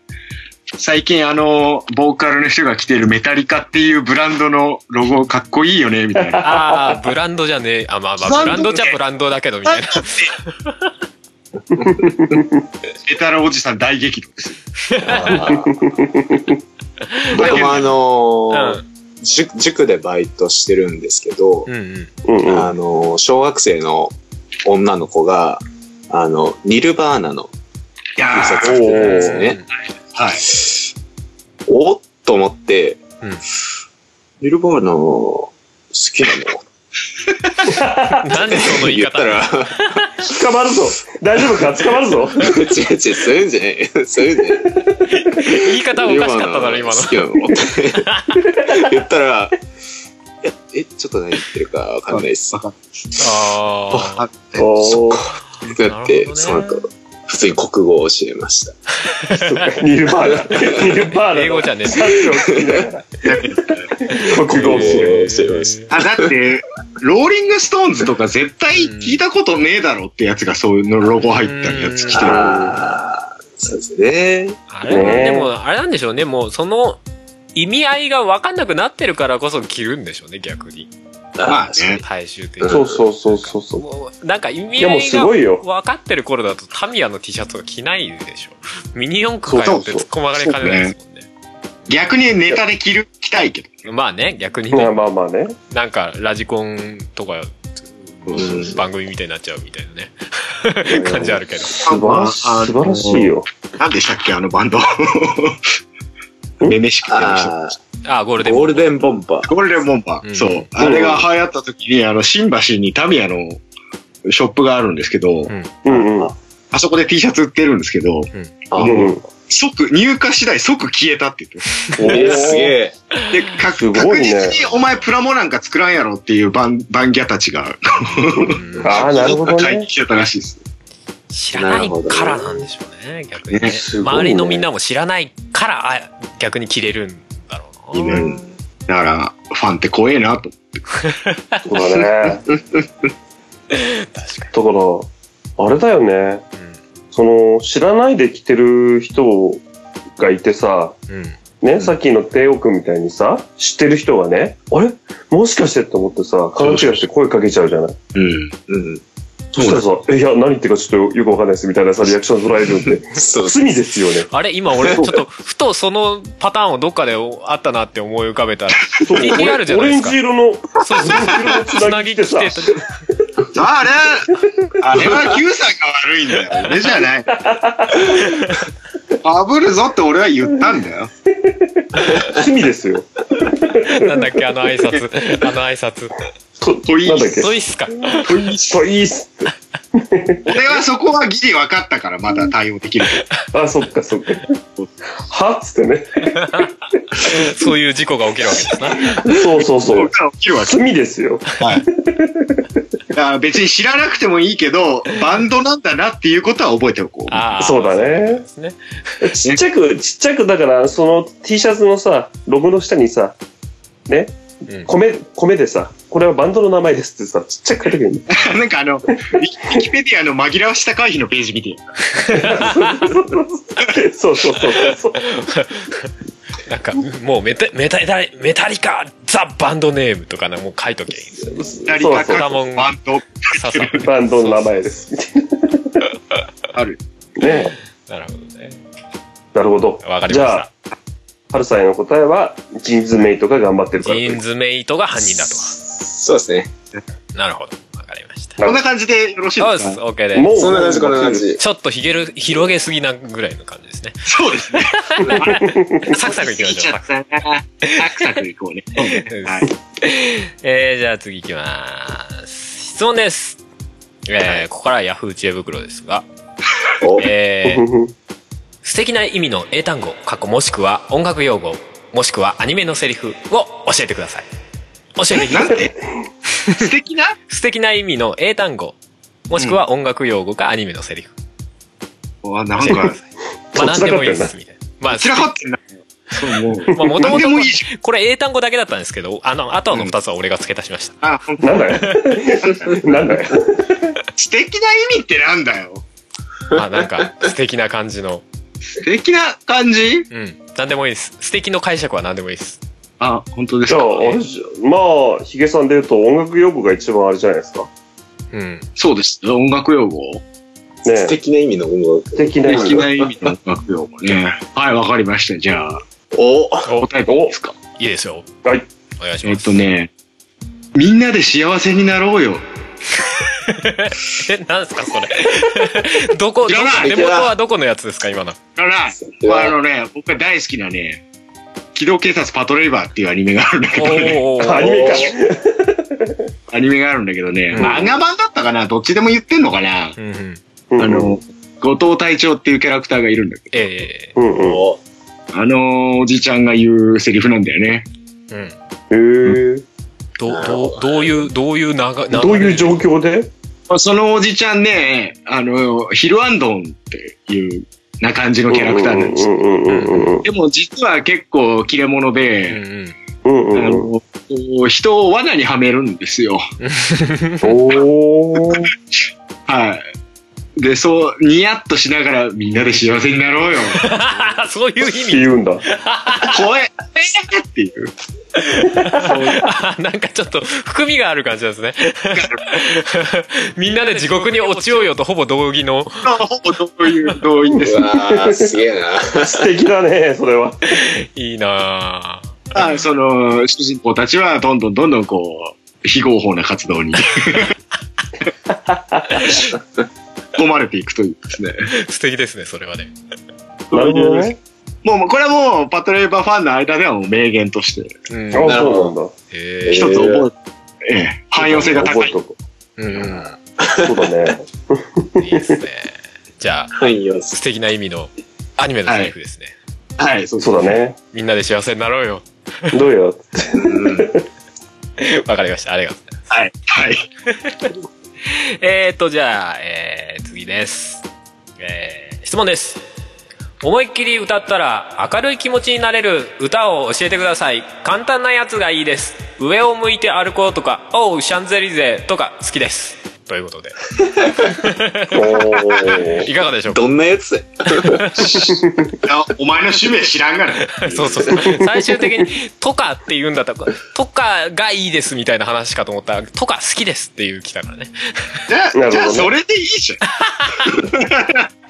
Speaker 5: 最近あの、ボーカルの人が着てるメタリカっていうブランドのロゴかっこいいよね、みた いな。
Speaker 3: ああ、ブランドじゃねえ。あ、まあまあ、ブランドじゃブランドだけど、みたいな。
Speaker 5: メタルおじさん大激怒ですよ。
Speaker 4: 僕もあ
Speaker 3: う
Speaker 4: のー
Speaker 3: ん。
Speaker 4: 塾塾でバイトしてるんですけど、
Speaker 3: うんうん。
Speaker 1: うんうん。
Speaker 4: あの、小学生の女の子が、あの、ニルバーナの
Speaker 5: いや
Speaker 4: T シャツ
Speaker 5: ー
Speaker 4: 着てたんですね。
Speaker 5: はい。
Speaker 4: おっと思って、
Speaker 3: うん
Speaker 4: ニルバーナ好きなの
Speaker 3: なんでその言い
Speaker 4: 言っ
Speaker 3: 方
Speaker 4: たら、
Speaker 1: 捕まるぞ大丈夫か捕まるぞ
Speaker 4: 違う違う、そういうんじゃない。そういうんじゃない。
Speaker 3: 言い方おかしかっただろ、今の。
Speaker 4: 好きなの言ったら、いやえ、ちょっと何言ってるかわかんないです。
Speaker 5: わかん
Speaker 3: ああ。
Speaker 4: えそっか。ってなって、
Speaker 3: なるほどね
Speaker 4: その後、普通に国語を教えました。
Speaker 1: ニルバーナ。ニルバーナ。
Speaker 3: 英語じゃねえ
Speaker 1: サッカーを聞きながら国語を教 え
Speaker 4: えー教えまし
Speaker 5: あ、だって、ローリングストーンズとか絶対聞いたことねえだろってやつがそういうのロゴ入ったやつ来てる。
Speaker 4: ああ、そうですね。
Speaker 3: あれ、
Speaker 1: ね
Speaker 3: でも、あれなんでしょうね。もう、その、意味合いが分かんなくなってるからこそ着るんでしょうね、逆に。
Speaker 5: まあね。
Speaker 3: 大衆的
Speaker 1: そう
Speaker 3: に。
Speaker 1: そうそうそうそう。
Speaker 3: もうなんか意
Speaker 1: い
Speaker 3: 味
Speaker 1: や
Speaker 3: 合
Speaker 1: もう
Speaker 3: い
Speaker 1: す
Speaker 3: が
Speaker 1: ごいよ。
Speaker 3: 分かってる頃だと、タミヤの T シャツは着ないでしょ。ミニ四駆かよって突っ込まれかねないですもんね。
Speaker 5: 逆にネタで着る、着たいけど。
Speaker 3: まあね、逆に
Speaker 1: まあ
Speaker 3: ね、
Speaker 1: まあまあね。
Speaker 3: なんかラジコンとか、
Speaker 4: うん
Speaker 3: 番組みたいになっちゃうみたいなね、感じあるけど。
Speaker 1: 素晴らし
Speaker 5: あの
Speaker 1: 素晴らしい。よ。
Speaker 5: なんでしたっけ、あのバンド。めめしくてる人。
Speaker 4: あ
Speaker 3: あ、ゴール
Speaker 4: あ、
Speaker 3: デンボ
Speaker 4: ゴー
Speaker 3: ン
Speaker 4: ル
Speaker 3: バー。
Speaker 4: デンボンバー。
Speaker 5: ゴールデンボンバー。
Speaker 3: うん
Speaker 5: そう。あれが流行った時に、あの、新橋にタミヤのショップがあるんですけど、
Speaker 1: うんうん。
Speaker 5: あそこで T シャツ売ってるんですけど、
Speaker 4: あ
Speaker 1: うんうん
Speaker 5: 即、入荷次第即消えたって言ってま
Speaker 4: えー、すげえ。
Speaker 5: す。で、か
Speaker 1: すご
Speaker 5: 確
Speaker 1: いね
Speaker 5: 実にお前プラモなんか作らんやろっていうバン、バンギャたちが、
Speaker 3: うん
Speaker 1: ああ、なるほど
Speaker 5: 買い
Speaker 1: ね
Speaker 5: に。来てたらしいです。
Speaker 3: 知らないからなんでしょうね、逆にね
Speaker 5: ね
Speaker 1: すごいね
Speaker 3: 周りのみんなも知らないから、あ逆に着れるんだろうな。
Speaker 5: いいねだから、ファンって怖えなと。
Speaker 1: そうだね。
Speaker 3: 確か
Speaker 1: だから、あれだよね。その、知らないで来てる人がいてさ、
Speaker 3: に。うん。
Speaker 1: ね、
Speaker 5: ん
Speaker 1: さっきの帝王君みたいにさ、知ってる人がね、あれもしかしてって思ってさ、勘違いして声かけちゃうじゃない。
Speaker 5: うん。
Speaker 4: うん。
Speaker 1: そしたらさ、えいや、何言ってるかちょっとよくわかんないですみたいなさ、リアクション取られるんで、
Speaker 4: そう
Speaker 1: 罪ですよね。
Speaker 3: あれ今俺ちょっと、ふとそのパターンをどっかであったなって思い浮かべ たら、
Speaker 1: そう
Speaker 3: リリアルじゃ
Speaker 1: オ
Speaker 3: ないです
Speaker 1: レン
Speaker 3: か
Speaker 1: ジ色の、
Speaker 3: そうそう
Speaker 1: そう
Speaker 3: つなぎ着てた。
Speaker 5: あれ、あれは Q さんが悪いんだよ。俺じゃない。あぶるぞって俺は言ったんだよ。
Speaker 1: 罪ですよ。
Speaker 3: なんだっけ、あの挨拶。あの挨拶。
Speaker 1: と
Speaker 5: 問い
Speaker 1: なんだっけ
Speaker 3: そういっすか。
Speaker 1: 問い問いっす。
Speaker 5: 俺はそこはギリ分かったから、まだ対応できるけ
Speaker 1: あ、そっかそっか。はっつってね。
Speaker 3: そういう事故が起きるわけですな。
Speaker 1: そうそう
Speaker 5: ど。
Speaker 1: そ
Speaker 5: こ
Speaker 1: う
Speaker 5: こ。から起きるわけ。
Speaker 1: 罪ですよ。
Speaker 5: はい。だから別に知らなくてもいいけど、バンドなんだなっていうことは覚えておこう。
Speaker 3: ああ。
Speaker 1: そうだね。
Speaker 3: そうですね。
Speaker 1: ちっちゃく、ちっちゃく、だから、その T シャツのさ、ロゴの下にさ、ね、
Speaker 3: うん
Speaker 1: 米、米でさ、これはバンドの名前ですってさ、ちっちゃく書いてくれる
Speaker 5: なんかあの、ウィウィキペディアの紛らわした回避のページ見て。
Speaker 1: のそうそうそうそう。
Speaker 3: なんか、もうメタ、メタ、メタリカ、ザ・バンドネームとかな、もう書いとけ。
Speaker 5: 左か
Speaker 1: そ
Speaker 3: そ
Speaker 1: う
Speaker 5: か
Speaker 3: うそう
Speaker 5: バンド。
Speaker 3: ささ。
Speaker 1: バンドの名前です。
Speaker 5: ある。
Speaker 1: ね
Speaker 3: なるほどね。
Speaker 1: なるほど。
Speaker 3: わかり
Speaker 1: じ
Speaker 3: ま
Speaker 1: ゃあ
Speaker 3: し、
Speaker 1: ハルさんへの答えは、ジーンズメイトが頑張ってる
Speaker 3: た。
Speaker 1: か
Speaker 3: ジ
Speaker 1: ら。
Speaker 3: ーンズメイトが犯人だ
Speaker 4: そうですね。
Speaker 3: と。なるほど。わかりました。
Speaker 5: こんな感じでよろしい
Speaker 3: そうで
Speaker 5: で
Speaker 3: すす。
Speaker 5: か
Speaker 3: OK で
Speaker 1: も
Speaker 4: そんな感じ、こんな感じ。
Speaker 3: す。ちょっとひげる、広げすぎなぐらいの感じですね。
Speaker 5: そうですね。
Speaker 3: サクサクいきましょう。
Speaker 5: たな。サクサクいこうね。はい。
Speaker 3: えー、じゃあ次いきます。質問です。えー、ここからはヤフー知恵袋ですが、
Speaker 4: お
Speaker 3: えー、素敵な意味の英単語、過去もしくは音楽用語、もしくはアニメのセリフを教えてください。教えてくだ
Speaker 5: なん
Speaker 3: さい。
Speaker 5: で素敵な
Speaker 3: 素敵な意味の英単語、もしくは音楽用語かアニメのセリフ。
Speaker 5: わなんか、
Speaker 3: まあ
Speaker 1: ど
Speaker 3: 何
Speaker 1: ちらか
Speaker 3: でもいいで
Speaker 1: っ
Speaker 3: す、みたいな。まあ、
Speaker 5: 散らかってんな。 そう、もう。
Speaker 3: まあ、もと
Speaker 5: な
Speaker 3: も
Speaker 5: んで
Speaker 3: と
Speaker 5: もいいじゃん。
Speaker 3: これ英単語だけだったんですけど、あの、あとの二つは俺が付け足しました。
Speaker 5: あ、ほんと
Speaker 1: なんだ よ。なんだよ。
Speaker 5: 素敵な意味ってなんだよ。
Speaker 3: まあ、なんか、素敵な感じの。
Speaker 5: 素敵な感じ
Speaker 3: うん。何でもいいです。素敵の解釈は何でもいいです。
Speaker 5: あ、本当で
Speaker 1: じゃあ、あれじゃまあ、ヒゲさんで言うと音楽用語が一番あれじゃないですか。
Speaker 3: うん。
Speaker 5: そうです。音楽用語
Speaker 1: ね
Speaker 4: 素敵な意味の音楽。
Speaker 1: 素敵な
Speaker 5: 素
Speaker 1: 意味
Speaker 5: 敵
Speaker 1: が
Speaker 5: な意味の音楽用語ね。はい、わかりました。じゃあ、
Speaker 4: お
Speaker 3: お、
Speaker 5: 答えていいですか
Speaker 3: いいですよ。
Speaker 1: はい。
Speaker 3: お願いし
Speaker 5: え
Speaker 3: ま
Speaker 5: っ
Speaker 3: す。
Speaker 5: とね、みんなで幸せになろうよ。
Speaker 3: え、なんですか、それ。 どこ、
Speaker 5: い
Speaker 3: ど
Speaker 5: ら
Speaker 3: こ
Speaker 5: ない
Speaker 3: 根元はどこのやつですか、今の。
Speaker 5: だから、まあ、あのね、僕が大好きなね、機動警察パトレイバーっていうアニメがあるんだけ
Speaker 3: お
Speaker 5: どね、
Speaker 3: ーおーおー
Speaker 1: アニメか。
Speaker 5: アニメがあるんだけどね、
Speaker 3: うん
Speaker 5: 漫画版だったかなどっちでも言ってんのかな、
Speaker 3: うんうん。
Speaker 1: うん
Speaker 5: あの、後藤隊長っていうキャラクターがいるんだけ
Speaker 3: ええ
Speaker 1: うんうん。へ
Speaker 4: お
Speaker 5: ど、あのおじちゃんが言うセリフなんだよね。
Speaker 3: うん。
Speaker 1: え。
Speaker 3: ど、ど、どういう、どういう流れ、
Speaker 1: どういう状況で
Speaker 5: そのおじちゃんね、あの、ヒルアンドンっていう、な感じのキャラクターなんです
Speaker 1: う
Speaker 5: よ。
Speaker 1: んうんうんうん
Speaker 5: でも実は結構切れ者
Speaker 3: うん
Speaker 5: で、
Speaker 3: うん。
Speaker 1: うんうん
Speaker 5: あ
Speaker 1: うん。
Speaker 5: の、こう人を罠にはめるんですよ。
Speaker 1: おー。
Speaker 5: はい。で、そう、ニヤッとしながらみんなで幸せになろうよ。
Speaker 3: あそういう
Speaker 1: って
Speaker 3: 意味。
Speaker 1: 言うんだ。
Speaker 5: 怖えっていう。
Speaker 3: あ なんかちょっと含みがある感じなんですね。 みんなで地獄に落ちようよとほぼ同義の。
Speaker 5: ほぼ同意、同意です
Speaker 4: う。わー、すげえな。
Speaker 1: 素敵だね、それは。
Speaker 3: いいなぁ。
Speaker 5: まあ、その、主人公たちはどんどんどんどんこう、非合法な活 動に。込まれていくというですね。
Speaker 3: 素敵ですね、それはね。
Speaker 1: なるほどね。
Speaker 5: もうもう、これはもう、パトレーバーファンの間ではもう名言として、
Speaker 3: うん。へ
Speaker 1: ああ、そうなんだ。
Speaker 3: え
Speaker 5: 一つ覚え、ええ、汎用性が高い。
Speaker 1: 覚
Speaker 3: うん。
Speaker 1: えとこうそうだね。
Speaker 3: いいですね。じゃあ、
Speaker 4: はい、よ
Speaker 3: 素敵な意味のアニメのセリフですね。
Speaker 5: はい、そう
Speaker 1: そうだね。
Speaker 3: みんなで幸せになろうよ。
Speaker 1: どうよ。
Speaker 3: わかりました。ありがとうございま
Speaker 5: はい、 はい。
Speaker 3: す。えーっと、じゃあ、えー、次です。えー、質問です。思いっきり歌ったら明るい気持ちになれる歌を教えてください。簡単なやつがいいです。上を向いて歩こうとか、おう、シャンゼリゼとか好きです。ということで、
Speaker 1: おー。
Speaker 3: いかがでしょうか
Speaker 4: どんなやつだよ
Speaker 5: あお前の使命知らんがな。
Speaker 3: そうそう。最終的に、とかって言うんだったら、とかがいいですみたいな話かと思ったら、とか好きですっていう来たからね。
Speaker 5: じゃあ、
Speaker 1: なるほどね
Speaker 5: じゃあそれでいいじゃ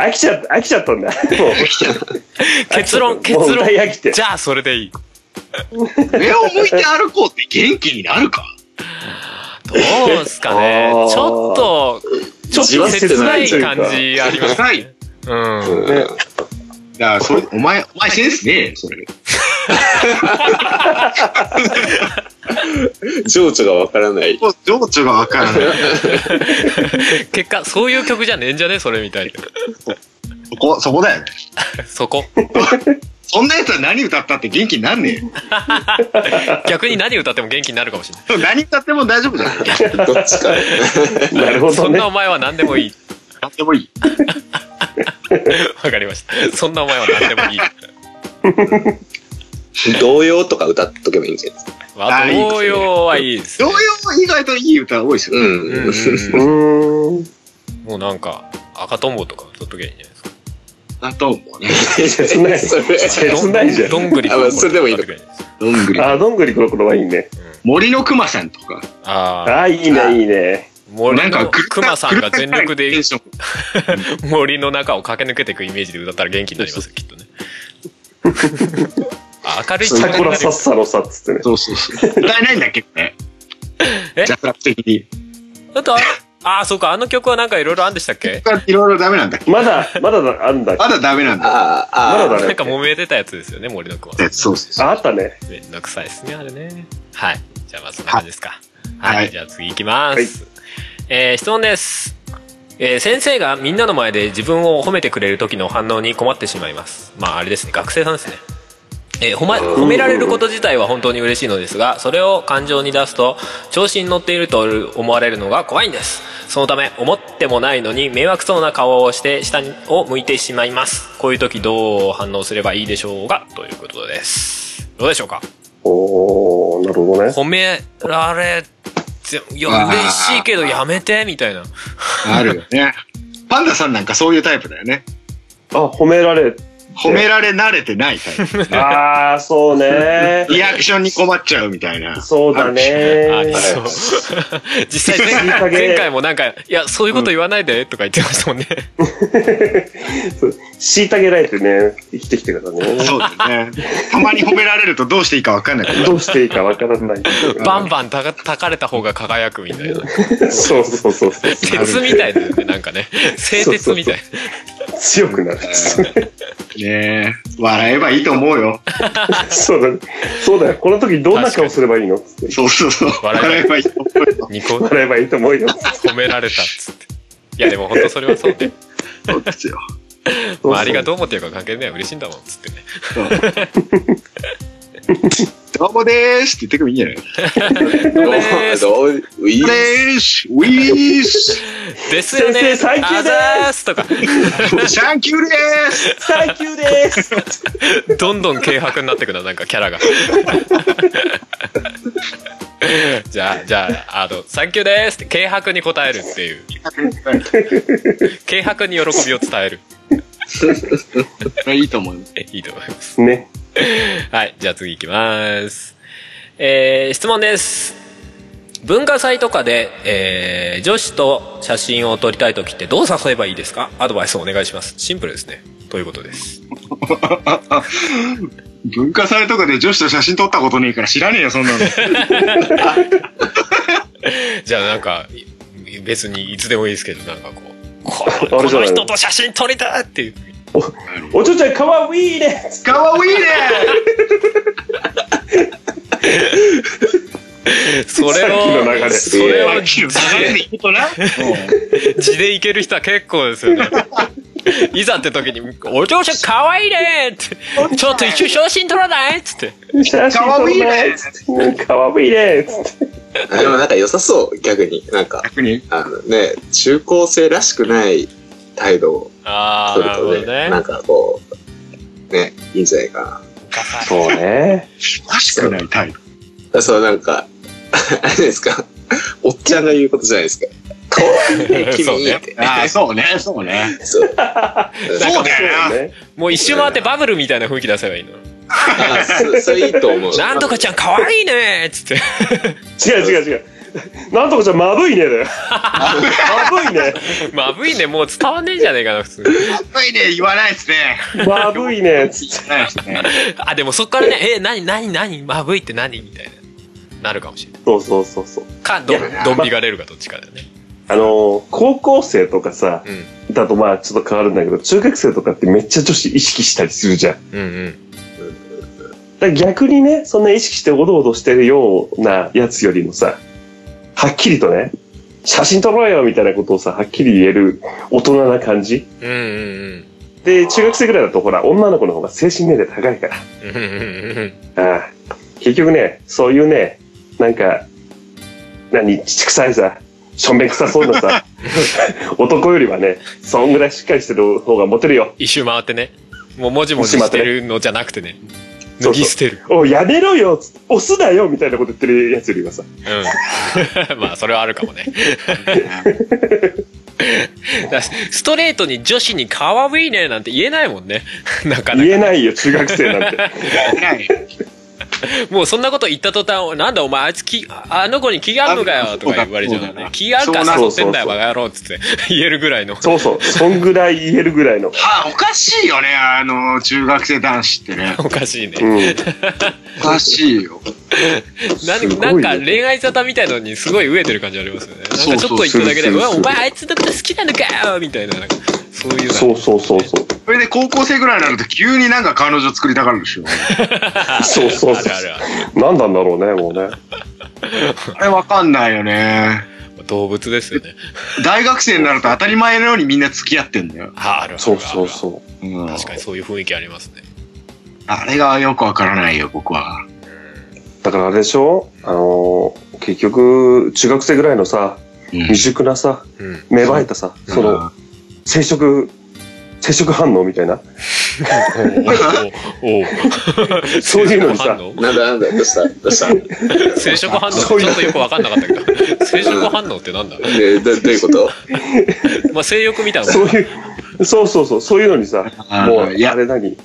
Speaker 1: 飽きちゃった、飽きちゃったんだ。もう
Speaker 3: 結論、結
Speaker 1: もう
Speaker 3: 論。
Speaker 1: 歌い飽きて。
Speaker 3: じ。ゃあ、それでいい。
Speaker 5: ん。上を向いて歩こうって元気になるか
Speaker 3: どうすかね
Speaker 1: あー
Speaker 3: ちょっと、ちょっ
Speaker 4: じわ
Speaker 3: と
Speaker 4: って
Speaker 3: 切
Speaker 4: な
Speaker 3: ないい
Speaker 1: というか
Speaker 3: 感じあります。
Speaker 5: はい。
Speaker 3: うん。
Speaker 1: ね
Speaker 5: だから、それ、お前、お前センスねえよそれ。
Speaker 4: 情緒がわからない。
Speaker 5: もう情緒がわからない。
Speaker 3: 結果、そういう曲じゃねえんじゃねそれみたい
Speaker 5: そこ、そこだよね。
Speaker 3: な。そこ。
Speaker 5: そんなやつは何歌ったって元気になんねえよ。
Speaker 3: 逆に何歌っても元気になるかもしれない。
Speaker 5: 何歌っても大丈夫じゃない
Speaker 4: どっちか。
Speaker 1: なるほ
Speaker 3: そ
Speaker 1: ど
Speaker 3: ん
Speaker 1: ね
Speaker 3: な。お前は何でもいい。
Speaker 5: 何でもいい。
Speaker 3: わかりました。そんなお前は何でもいい。
Speaker 4: 童謡とか歌っとけばいいんじゃないですか。
Speaker 3: まあ、
Speaker 5: あいいですね
Speaker 3: 童謡はいいです
Speaker 5: 童
Speaker 3: ね。
Speaker 5: 謡も意外といい歌多いですよ。
Speaker 4: う。
Speaker 3: うん んうんう
Speaker 1: う
Speaker 3: ん
Speaker 1: ーん。
Speaker 3: もうなんか、赤とんぼとか歌っとけばいいんじゃないですか。
Speaker 5: あともね。
Speaker 1: 切ない。
Speaker 4: それ
Speaker 1: 切ないじゃん
Speaker 3: どんぐり
Speaker 4: あまあそれでもいいの
Speaker 3: か。
Speaker 5: どんぐり。
Speaker 1: あー、どんぐりころころはいいね。
Speaker 5: 森の熊さんとか。
Speaker 3: ああ、
Speaker 1: あー、いいね、いいね。
Speaker 3: 森の
Speaker 5: ぐる
Speaker 3: 熊さんが全力
Speaker 5: ぐ
Speaker 3: で
Speaker 5: るっとテンション
Speaker 3: 森の中を駆け抜けていくイメージで歌ったら元気になりますよ、きっとね。 あ明るい
Speaker 1: チャコ
Speaker 3: にな
Speaker 1: ラ
Speaker 3: る
Speaker 1: さっさのさっつってね。
Speaker 5: そうそうそう。歌えないんだっけね。
Speaker 3: え
Speaker 5: ジャスラップ的に。
Speaker 3: あとあれ、ああ、そうか、あの曲はなんかいろいろあんでしたっけ
Speaker 5: いろいろダメなんだっけ
Speaker 1: まだ、まだだあんだ。
Speaker 5: まだダメなんだ。
Speaker 1: ま
Speaker 4: ああ、
Speaker 1: だ
Speaker 4: ああ。
Speaker 1: だ
Speaker 3: なん
Speaker 1: ね
Speaker 3: か。揉めてたやつですよね、森の熊さ
Speaker 5: そ
Speaker 3: ん
Speaker 5: う。そうそう。
Speaker 1: あ、あったね。
Speaker 3: めんどくさいですね、あれね。はい。じゃあまあそんな感じですか。は。
Speaker 5: はいい
Speaker 3: じゃあ次行きます。えー質問です。えー先生がみんなの前で自分を褒めてくれる時の反応に困ってしまいます。まああれですね、学生さんですね。えー褒ま褒められること自体は本当に嬉しいのですがそれを感情に出すと調子に乗っていると思われるのが怖いんですそのため思ってもないのに迷惑そうな顔をして下にを向いてしまいますこういう時どう反応すればいいでしょうかということですどうでしょうか
Speaker 1: おー、なるほどね。
Speaker 3: 褒められていや
Speaker 5: うわー
Speaker 3: 嬉しいけどやめてみたいな
Speaker 5: あるよね。パンダさんなんかそういうタイプだよね。
Speaker 1: あ、褒められ。
Speaker 5: 褒められ慣れてないタイプ。
Speaker 1: あー、そう ね。
Speaker 5: リアクションに困っちゃうみたいな。
Speaker 1: そうだ
Speaker 3: あり
Speaker 1: ね。
Speaker 3: そう実際
Speaker 1: いい加
Speaker 3: 前
Speaker 1: 減
Speaker 3: 前回もなんか「いやそういうこと言わないで」とか言ってましたもんね
Speaker 1: 虐げられてね、生きてきてからね。
Speaker 5: そうだよね。たまに褒められるとどうしていいかわかんない。
Speaker 1: どうしていいかわからない。
Speaker 3: バンバンたかたかれた方が輝くみたいな
Speaker 1: そうそうそうそう。
Speaker 3: 鉄みたいだよねなんかね製鉄みたい
Speaker 1: 強くなる。
Speaker 5: ねえ。笑えばいいと思うよ。
Speaker 1: そうだね。そうだよ。この時どんな顔すればいいのつって。
Speaker 5: そうそうそう。
Speaker 3: 笑
Speaker 5: 笑
Speaker 3: え
Speaker 5: えばいいと思うよ。
Speaker 3: ニコ
Speaker 1: 笑えばいいと思うよ。
Speaker 3: 褒められたっつっていやでも本当それはそうね、
Speaker 5: そうですよ。
Speaker 3: まあ、ありがとう思ってるから関係ない嬉しいんだもんっつってね
Speaker 5: そうどうもでーすって言ってくればいいんじゃない
Speaker 4: どうも
Speaker 3: で、す
Speaker 4: どうも、ウィー
Speaker 5: でーすウィース
Speaker 3: ですよね
Speaker 1: 先生最強です
Speaker 3: あざーすとか
Speaker 5: シャンキューでーす
Speaker 1: 最強です
Speaker 3: どんどん軽薄になってくななんかキャラがじゃあじゃあ「あのサンキューです」って軽薄に答えるっていう軽薄に喜びを伝える
Speaker 5: これいいと思う。
Speaker 3: えいいと思います
Speaker 1: ね。
Speaker 3: はい、じゃあ次行きます。えー、質問です。文化祭とかで、えー、女子と写真を撮りたいときってどう誘えばいいですかアドバイスをお願いします。シンプルですね。ということです。
Speaker 5: 文化祭とかで女子と写真撮ったことねえから知らねえよ、そんなの。
Speaker 3: じゃあなんか、い別にいつでもいいですけど、なんかこう、こ
Speaker 1: あ
Speaker 3: こ
Speaker 1: れじゃ
Speaker 3: の
Speaker 1: ない
Speaker 3: 人と写真撮りたいっていう。
Speaker 1: おちょちゃんかわいいね
Speaker 5: かわいいね
Speaker 3: それ
Speaker 1: さっきの流
Speaker 3: を、
Speaker 1: れ
Speaker 3: それを
Speaker 5: 流
Speaker 3: 字
Speaker 5: れ
Speaker 3: で、
Speaker 5: でいくと な。
Speaker 3: 字でいける人は結構ですよね。 いざって時に、お嬢ちゃんかわいいねって、ちょっと一緒に写真撮らないっつって。
Speaker 1: 写真撮るねかわいいね
Speaker 4: あでもなんか良さそう、逆に。なんか、
Speaker 5: 逆に
Speaker 4: あのね、中高生らしくない態度を
Speaker 3: ああ、
Speaker 4: 取
Speaker 3: な
Speaker 4: る
Speaker 3: るほ
Speaker 4: と
Speaker 3: ど
Speaker 4: ね、
Speaker 3: ね。
Speaker 4: なんかこう、ね、いいんじゃないかな。
Speaker 1: そうね。
Speaker 5: らしくない態度。
Speaker 4: そう、なんか、 あれですか、おっちゃんが言うことじゃない ですか。可愛いね、
Speaker 3: そう
Speaker 4: 君
Speaker 3: ね
Speaker 4: って。
Speaker 5: ああ、そうね、そうね。
Speaker 4: そう。
Speaker 5: そうだよな。
Speaker 1: ね
Speaker 3: もう一周回ってバブルみたいな雰囲気出せばいいの。
Speaker 4: あそ それいいと思う。
Speaker 3: なんとかちゃん可愛いねっつって。
Speaker 1: 違う違う違う。なんとかちゃんまぶいねだよ。まぶいね。
Speaker 3: まぶいね、もう伝わんねえんじゃねえかな、普通に。
Speaker 5: やっぱりね、言わないっすね。
Speaker 1: まぶいねつって
Speaker 5: 言わないっすね。
Speaker 3: あ、でもそっからね、え、なになになにまぶいって何みたいな。なるかもしれない。
Speaker 1: そうそうそうそう。
Speaker 3: か、ど
Speaker 1: いや、
Speaker 3: どんびがれるかどっちかだよね。
Speaker 1: あのー高校生とかさ、
Speaker 3: うん。
Speaker 1: だとまあちょっと変わるんだけど、中学生とかってめっちゃ女子意識したりするじゃん。
Speaker 3: うんうん。
Speaker 1: だから逆にね、そんな意識しておどおどしてるようなやつよりもさ、はっきりとね、写真撮ろうよみたいなことをさ、はっきり言える大人な感じ。
Speaker 3: うんうん
Speaker 1: で、中学生ぐらいだとほら、女の子の方が精神年齢高いから。
Speaker 3: うん。うんうんうんうん。
Speaker 1: ああ結局ね、そういうね、なんか、何、ちくさいさ、しょんべんくさそう なさ、男よりはね、そんぐらいしっかりしてる方がモテるよ。
Speaker 3: 一周回ってね。もうもじもじしてるのじゃなくてね。脱
Speaker 1: そうそう
Speaker 3: ぎ捨て る。
Speaker 1: おいやめろよつって押すなよみたいなこと言ってるやつよりはさ、
Speaker 3: うん。 まあ、それはあるか もね。だからストレートに女子に可愛いねなんて言えないもんね。 なかなか。
Speaker 1: 言えないよ、中学生な んて。
Speaker 5: 言わない。
Speaker 3: もうそんなこと言った途端、おなんだお前、あいつき、あの子に気があんのかよとか言われちゃう
Speaker 5: そう
Speaker 3: の
Speaker 5: だ
Speaker 3: ね
Speaker 5: な。
Speaker 3: 気があるから誘ってんだよ、
Speaker 1: そ
Speaker 3: バ
Speaker 1: うな
Speaker 3: カ野郎っつって言えるぐらいの。
Speaker 1: そうそう、そんぐらい言えるぐらいの。
Speaker 5: はあ、おかしいよね、あの、中学生男子ってね。
Speaker 3: おかしいね。
Speaker 1: うん。
Speaker 5: おかしいよ。
Speaker 3: なん
Speaker 1: すごいね
Speaker 3: なんか恋愛沙汰みたいのにすごい飢えてる感じありますよね。なんかちょ
Speaker 5: そ
Speaker 3: っ
Speaker 5: う
Speaker 3: と
Speaker 5: そう
Speaker 3: 言っただけで、
Speaker 1: するする
Speaker 3: うわ、お前あいつのこと好きなのかよみたいな、なんかそういう
Speaker 1: そ
Speaker 3: の。
Speaker 1: うそうそうそう。
Speaker 5: それで高校生ぐらいになると急になんか彼女作りたがるでしょ。
Speaker 1: そうそ
Speaker 3: あ
Speaker 1: うそ
Speaker 3: るある
Speaker 1: う。
Speaker 3: ある。
Speaker 1: なんなんだろうね、もうね。
Speaker 5: あれわかんないよね。
Speaker 3: 動物ですよね。
Speaker 5: 大学生になると当たり前のようにみんな付き合ってんだよ。
Speaker 3: ああるあるあるある。
Speaker 1: そうそうそう。
Speaker 5: うん、
Speaker 3: 確かにそういう雰囲気ありますね。
Speaker 5: あれがよくわからないよ、僕は。
Speaker 1: だからあれでしょあのー、結局、中学生ぐらいのさ、
Speaker 5: うん
Speaker 1: 未熟なさ、
Speaker 3: うん。
Speaker 1: 芽生えたさ、その、生殖、生殖反応みたいな。
Speaker 3: おおお
Speaker 1: そういうのにさ
Speaker 3: 生殖反応
Speaker 4: なんだなんだ、どうしたどうした
Speaker 3: 生殖反応ってちょっとよくわかんなかったけど。生殖反応ってなんだ
Speaker 4: えどどういうこと
Speaker 3: まあ性欲みたいなもん
Speaker 1: そういう、そうそうそう、そういうのにさ、
Speaker 5: あ
Speaker 1: もう、
Speaker 5: いや
Speaker 1: あれ何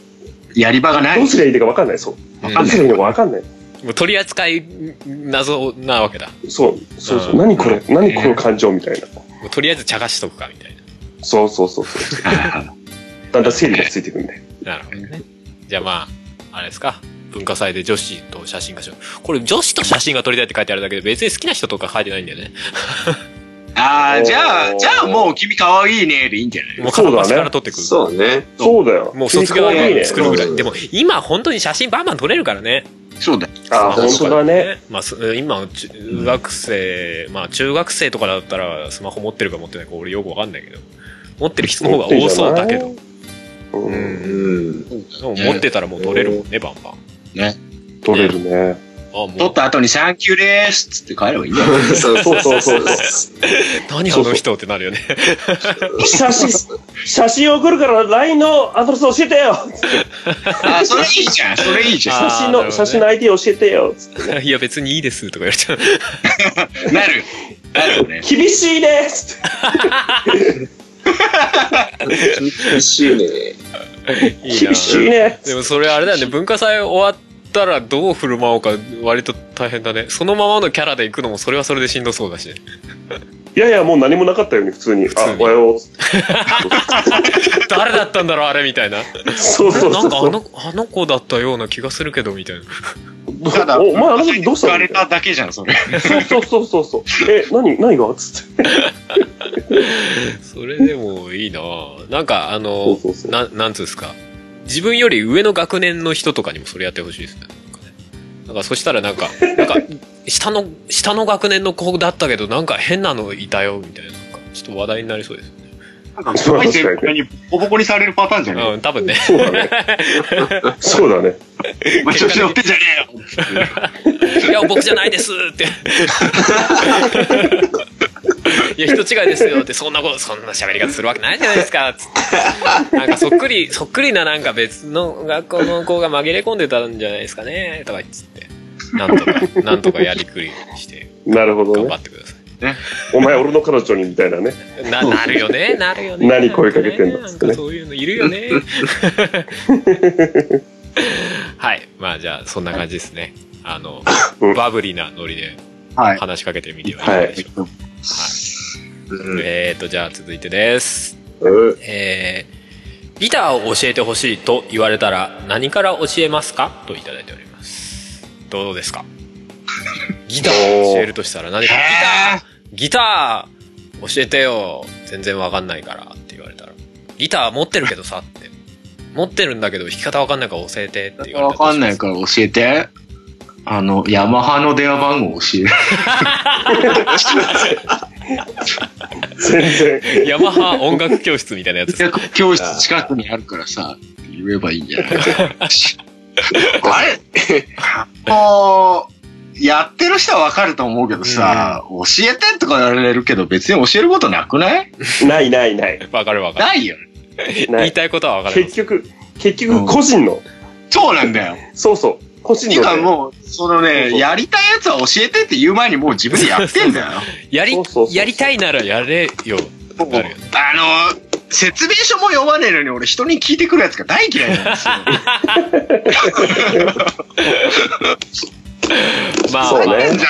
Speaker 5: やり場がない
Speaker 1: どう。すりゃいいのか分かんない、そう。
Speaker 3: うん
Speaker 1: どうすりゃいいのか分かんない。
Speaker 3: もう取り扱い謎なわけだ。
Speaker 1: そう、そうそうう。
Speaker 3: ん
Speaker 1: 何これ何
Speaker 5: うん
Speaker 1: この感情みたいな。
Speaker 3: もうとりあえず茶化しとくかみたい
Speaker 1: そうそうそうそう。だんだん整理がついてくんで。
Speaker 3: な。なるほどね。じゃあまあ、あれですか。文化祭で女子と写真がしょ。これ女子と写真が撮りたいって書いてあるだけで別に好きな人とか書いてないんだよね。
Speaker 5: ああ、じゃ
Speaker 1: お
Speaker 5: あ、
Speaker 1: ー
Speaker 5: じゃあもう君可愛いねでいいんじゃない
Speaker 3: もう
Speaker 1: そう
Speaker 3: 片
Speaker 1: だね
Speaker 3: っ端から撮ってくる。
Speaker 4: そうね。
Speaker 1: そうだよ。
Speaker 3: もう卒業アルバ
Speaker 1: いい
Speaker 3: ム
Speaker 1: ね。
Speaker 3: 作るぐら
Speaker 4: う
Speaker 3: い。
Speaker 4: ん
Speaker 3: でも今本当に写真バンバン撮れるからね。
Speaker 5: そうだよ。
Speaker 1: あ、本当だね。。
Speaker 3: まあす今中学生、まあ中学生とかだったらスマホ持ってるか持ってないか俺よくわかんないけど。持ってる人の方が多そうだけど。
Speaker 1: う。
Speaker 3: うん
Speaker 4: うん。
Speaker 3: でも持ってたらもう取れるもんね、バンバン。
Speaker 5: ね。
Speaker 1: 取れるね。
Speaker 3: あ、も
Speaker 5: 取っ
Speaker 3: う、
Speaker 5: た後にサンキューでーすっつって帰ればいいんだよ。
Speaker 4: そう
Speaker 1: そうそうそうそう
Speaker 3: 何あの人ってなるよね。
Speaker 1: 写真、写真送るから LINE のアドレス教えてよ
Speaker 5: あ、それいいじゃん。それいいじゃ
Speaker 1: 写真の、
Speaker 3: なるほどね
Speaker 1: 写真の ID 教えてよつっ て
Speaker 3: いや、別にいいですとか言われちゃう。
Speaker 5: ん。なる。なるよね。
Speaker 1: 厳しい ねつって
Speaker 4: 厳しい
Speaker 3: い
Speaker 4: ね。
Speaker 3: いな
Speaker 1: 厳。し いね
Speaker 3: でもそれあれだよね、文化祭終わったらどう振る舞おうか割と大変だね。そのままのキャラで行くのもそれはそれでしんどそうだしね。
Speaker 1: いやいや、もう何もなかったよね、普通に。
Speaker 3: 通に
Speaker 1: あ、おはよう。
Speaker 3: 誰だったんだろうあれみたいな。
Speaker 1: そうそう
Speaker 3: な
Speaker 1: そ
Speaker 3: ん
Speaker 1: う
Speaker 3: か
Speaker 1: そ
Speaker 3: あ
Speaker 1: う。
Speaker 3: の、あの子だったような気がするけどみたいな。
Speaker 5: ただ、
Speaker 1: おお前あの時どうしたの
Speaker 5: 浮かれただけじゃん、それ。
Speaker 1: そうそうそうそう。え、何、何がつって。
Speaker 3: それでもいいなぁなんかあ
Speaker 1: そ
Speaker 3: の
Speaker 1: う、そうそう。
Speaker 3: ななんつうんですか。自分より上の学年の人とかにもそれやってほしいですね。なんかねなんかそしたらなんか、なんか、下の、下の学年の子だったけど、なんか変なのいたよ、みたいな。なんかちょっと話題になりそうです。
Speaker 5: なんか、すごい先輩にボコボコにされるパターンじゃね
Speaker 3: うん、多分ね。
Speaker 1: そうだね。そうだね。
Speaker 5: えよ。お前調子乗ってんじゃねえよ。
Speaker 3: いや、僕じゃないです って。いや、人違いですよって、そんなこと、そんな喋り方するわけないじゃないですか、つって。なんかそっくり、そっくりななんか別の学校の子が紛れ込んでたんじゃないですかね、とか言って。なんとか、なんとかやりくりして、
Speaker 1: なるほど
Speaker 3: 頑張
Speaker 1: ね。
Speaker 3: ってくださ
Speaker 1: お前、俺の彼女にみたいなね。
Speaker 3: い。な、なるよね、なるよね。
Speaker 1: 何声かけてんだ
Speaker 3: な
Speaker 1: っつ
Speaker 3: ん
Speaker 1: って
Speaker 3: か
Speaker 1: ね
Speaker 3: そういうのいるよ ね。はい。まあじゃあ、そんな感じですね。あの
Speaker 1: うん、
Speaker 3: バブリーなノリで
Speaker 5: はい。
Speaker 3: 話しかけてみてはいかがでしょうか。
Speaker 4: うん
Speaker 3: えーと、じゃあ続いてです。
Speaker 4: うん
Speaker 3: えー、ギターを教えてほしいと言われたら何から教えますかといただいております。どうですかギターを教えるとしたら何か
Speaker 5: へ
Speaker 3: ギター、ギター教えてよ。全然わかんないからって言われたら。ギター持ってるけどさって。持ってるんだけど弾き方わかんないから教えてって言われたら。
Speaker 5: わかんないから教えて。あの、ヤマハの電話番号教える。
Speaker 1: 全然。
Speaker 3: ヤマハ音楽教室みたいなやつです
Speaker 5: 音楽教室近くにあるからさ、って言えばいいんじゃないあれもう、やってる人はわかると思うけどさ、教えてとか言われるけど別に教えることなくない
Speaker 1: ないないない。
Speaker 3: わかるわかる。
Speaker 5: ないよ。
Speaker 1: な
Speaker 3: 言い
Speaker 1: い。
Speaker 3: たいことはわかる。
Speaker 1: 結局、結局、個人の。
Speaker 5: そうなんだよ。
Speaker 1: そうそう。個人
Speaker 5: てか
Speaker 1: のね。
Speaker 5: もう、そ
Speaker 1: そう
Speaker 5: の
Speaker 1: そ
Speaker 5: ね、
Speaker 1: う
Speaker 5: やりたいやつは教えてって言う前にもう自分でやってんだよ。
Speaker 3: やり
Speaker 1: そうそう、そう
Speaker 3: やりたいならやれよ。
Speaker 5: もう
Speaker 3: なるよね
Speaker 5: あの、説明書も読まねえのに俺人に聞いてくるやつが大嫌いなんですよ。
Speaker 3: まあ、
Speaker 1: そうね
Speaker 5: じゃ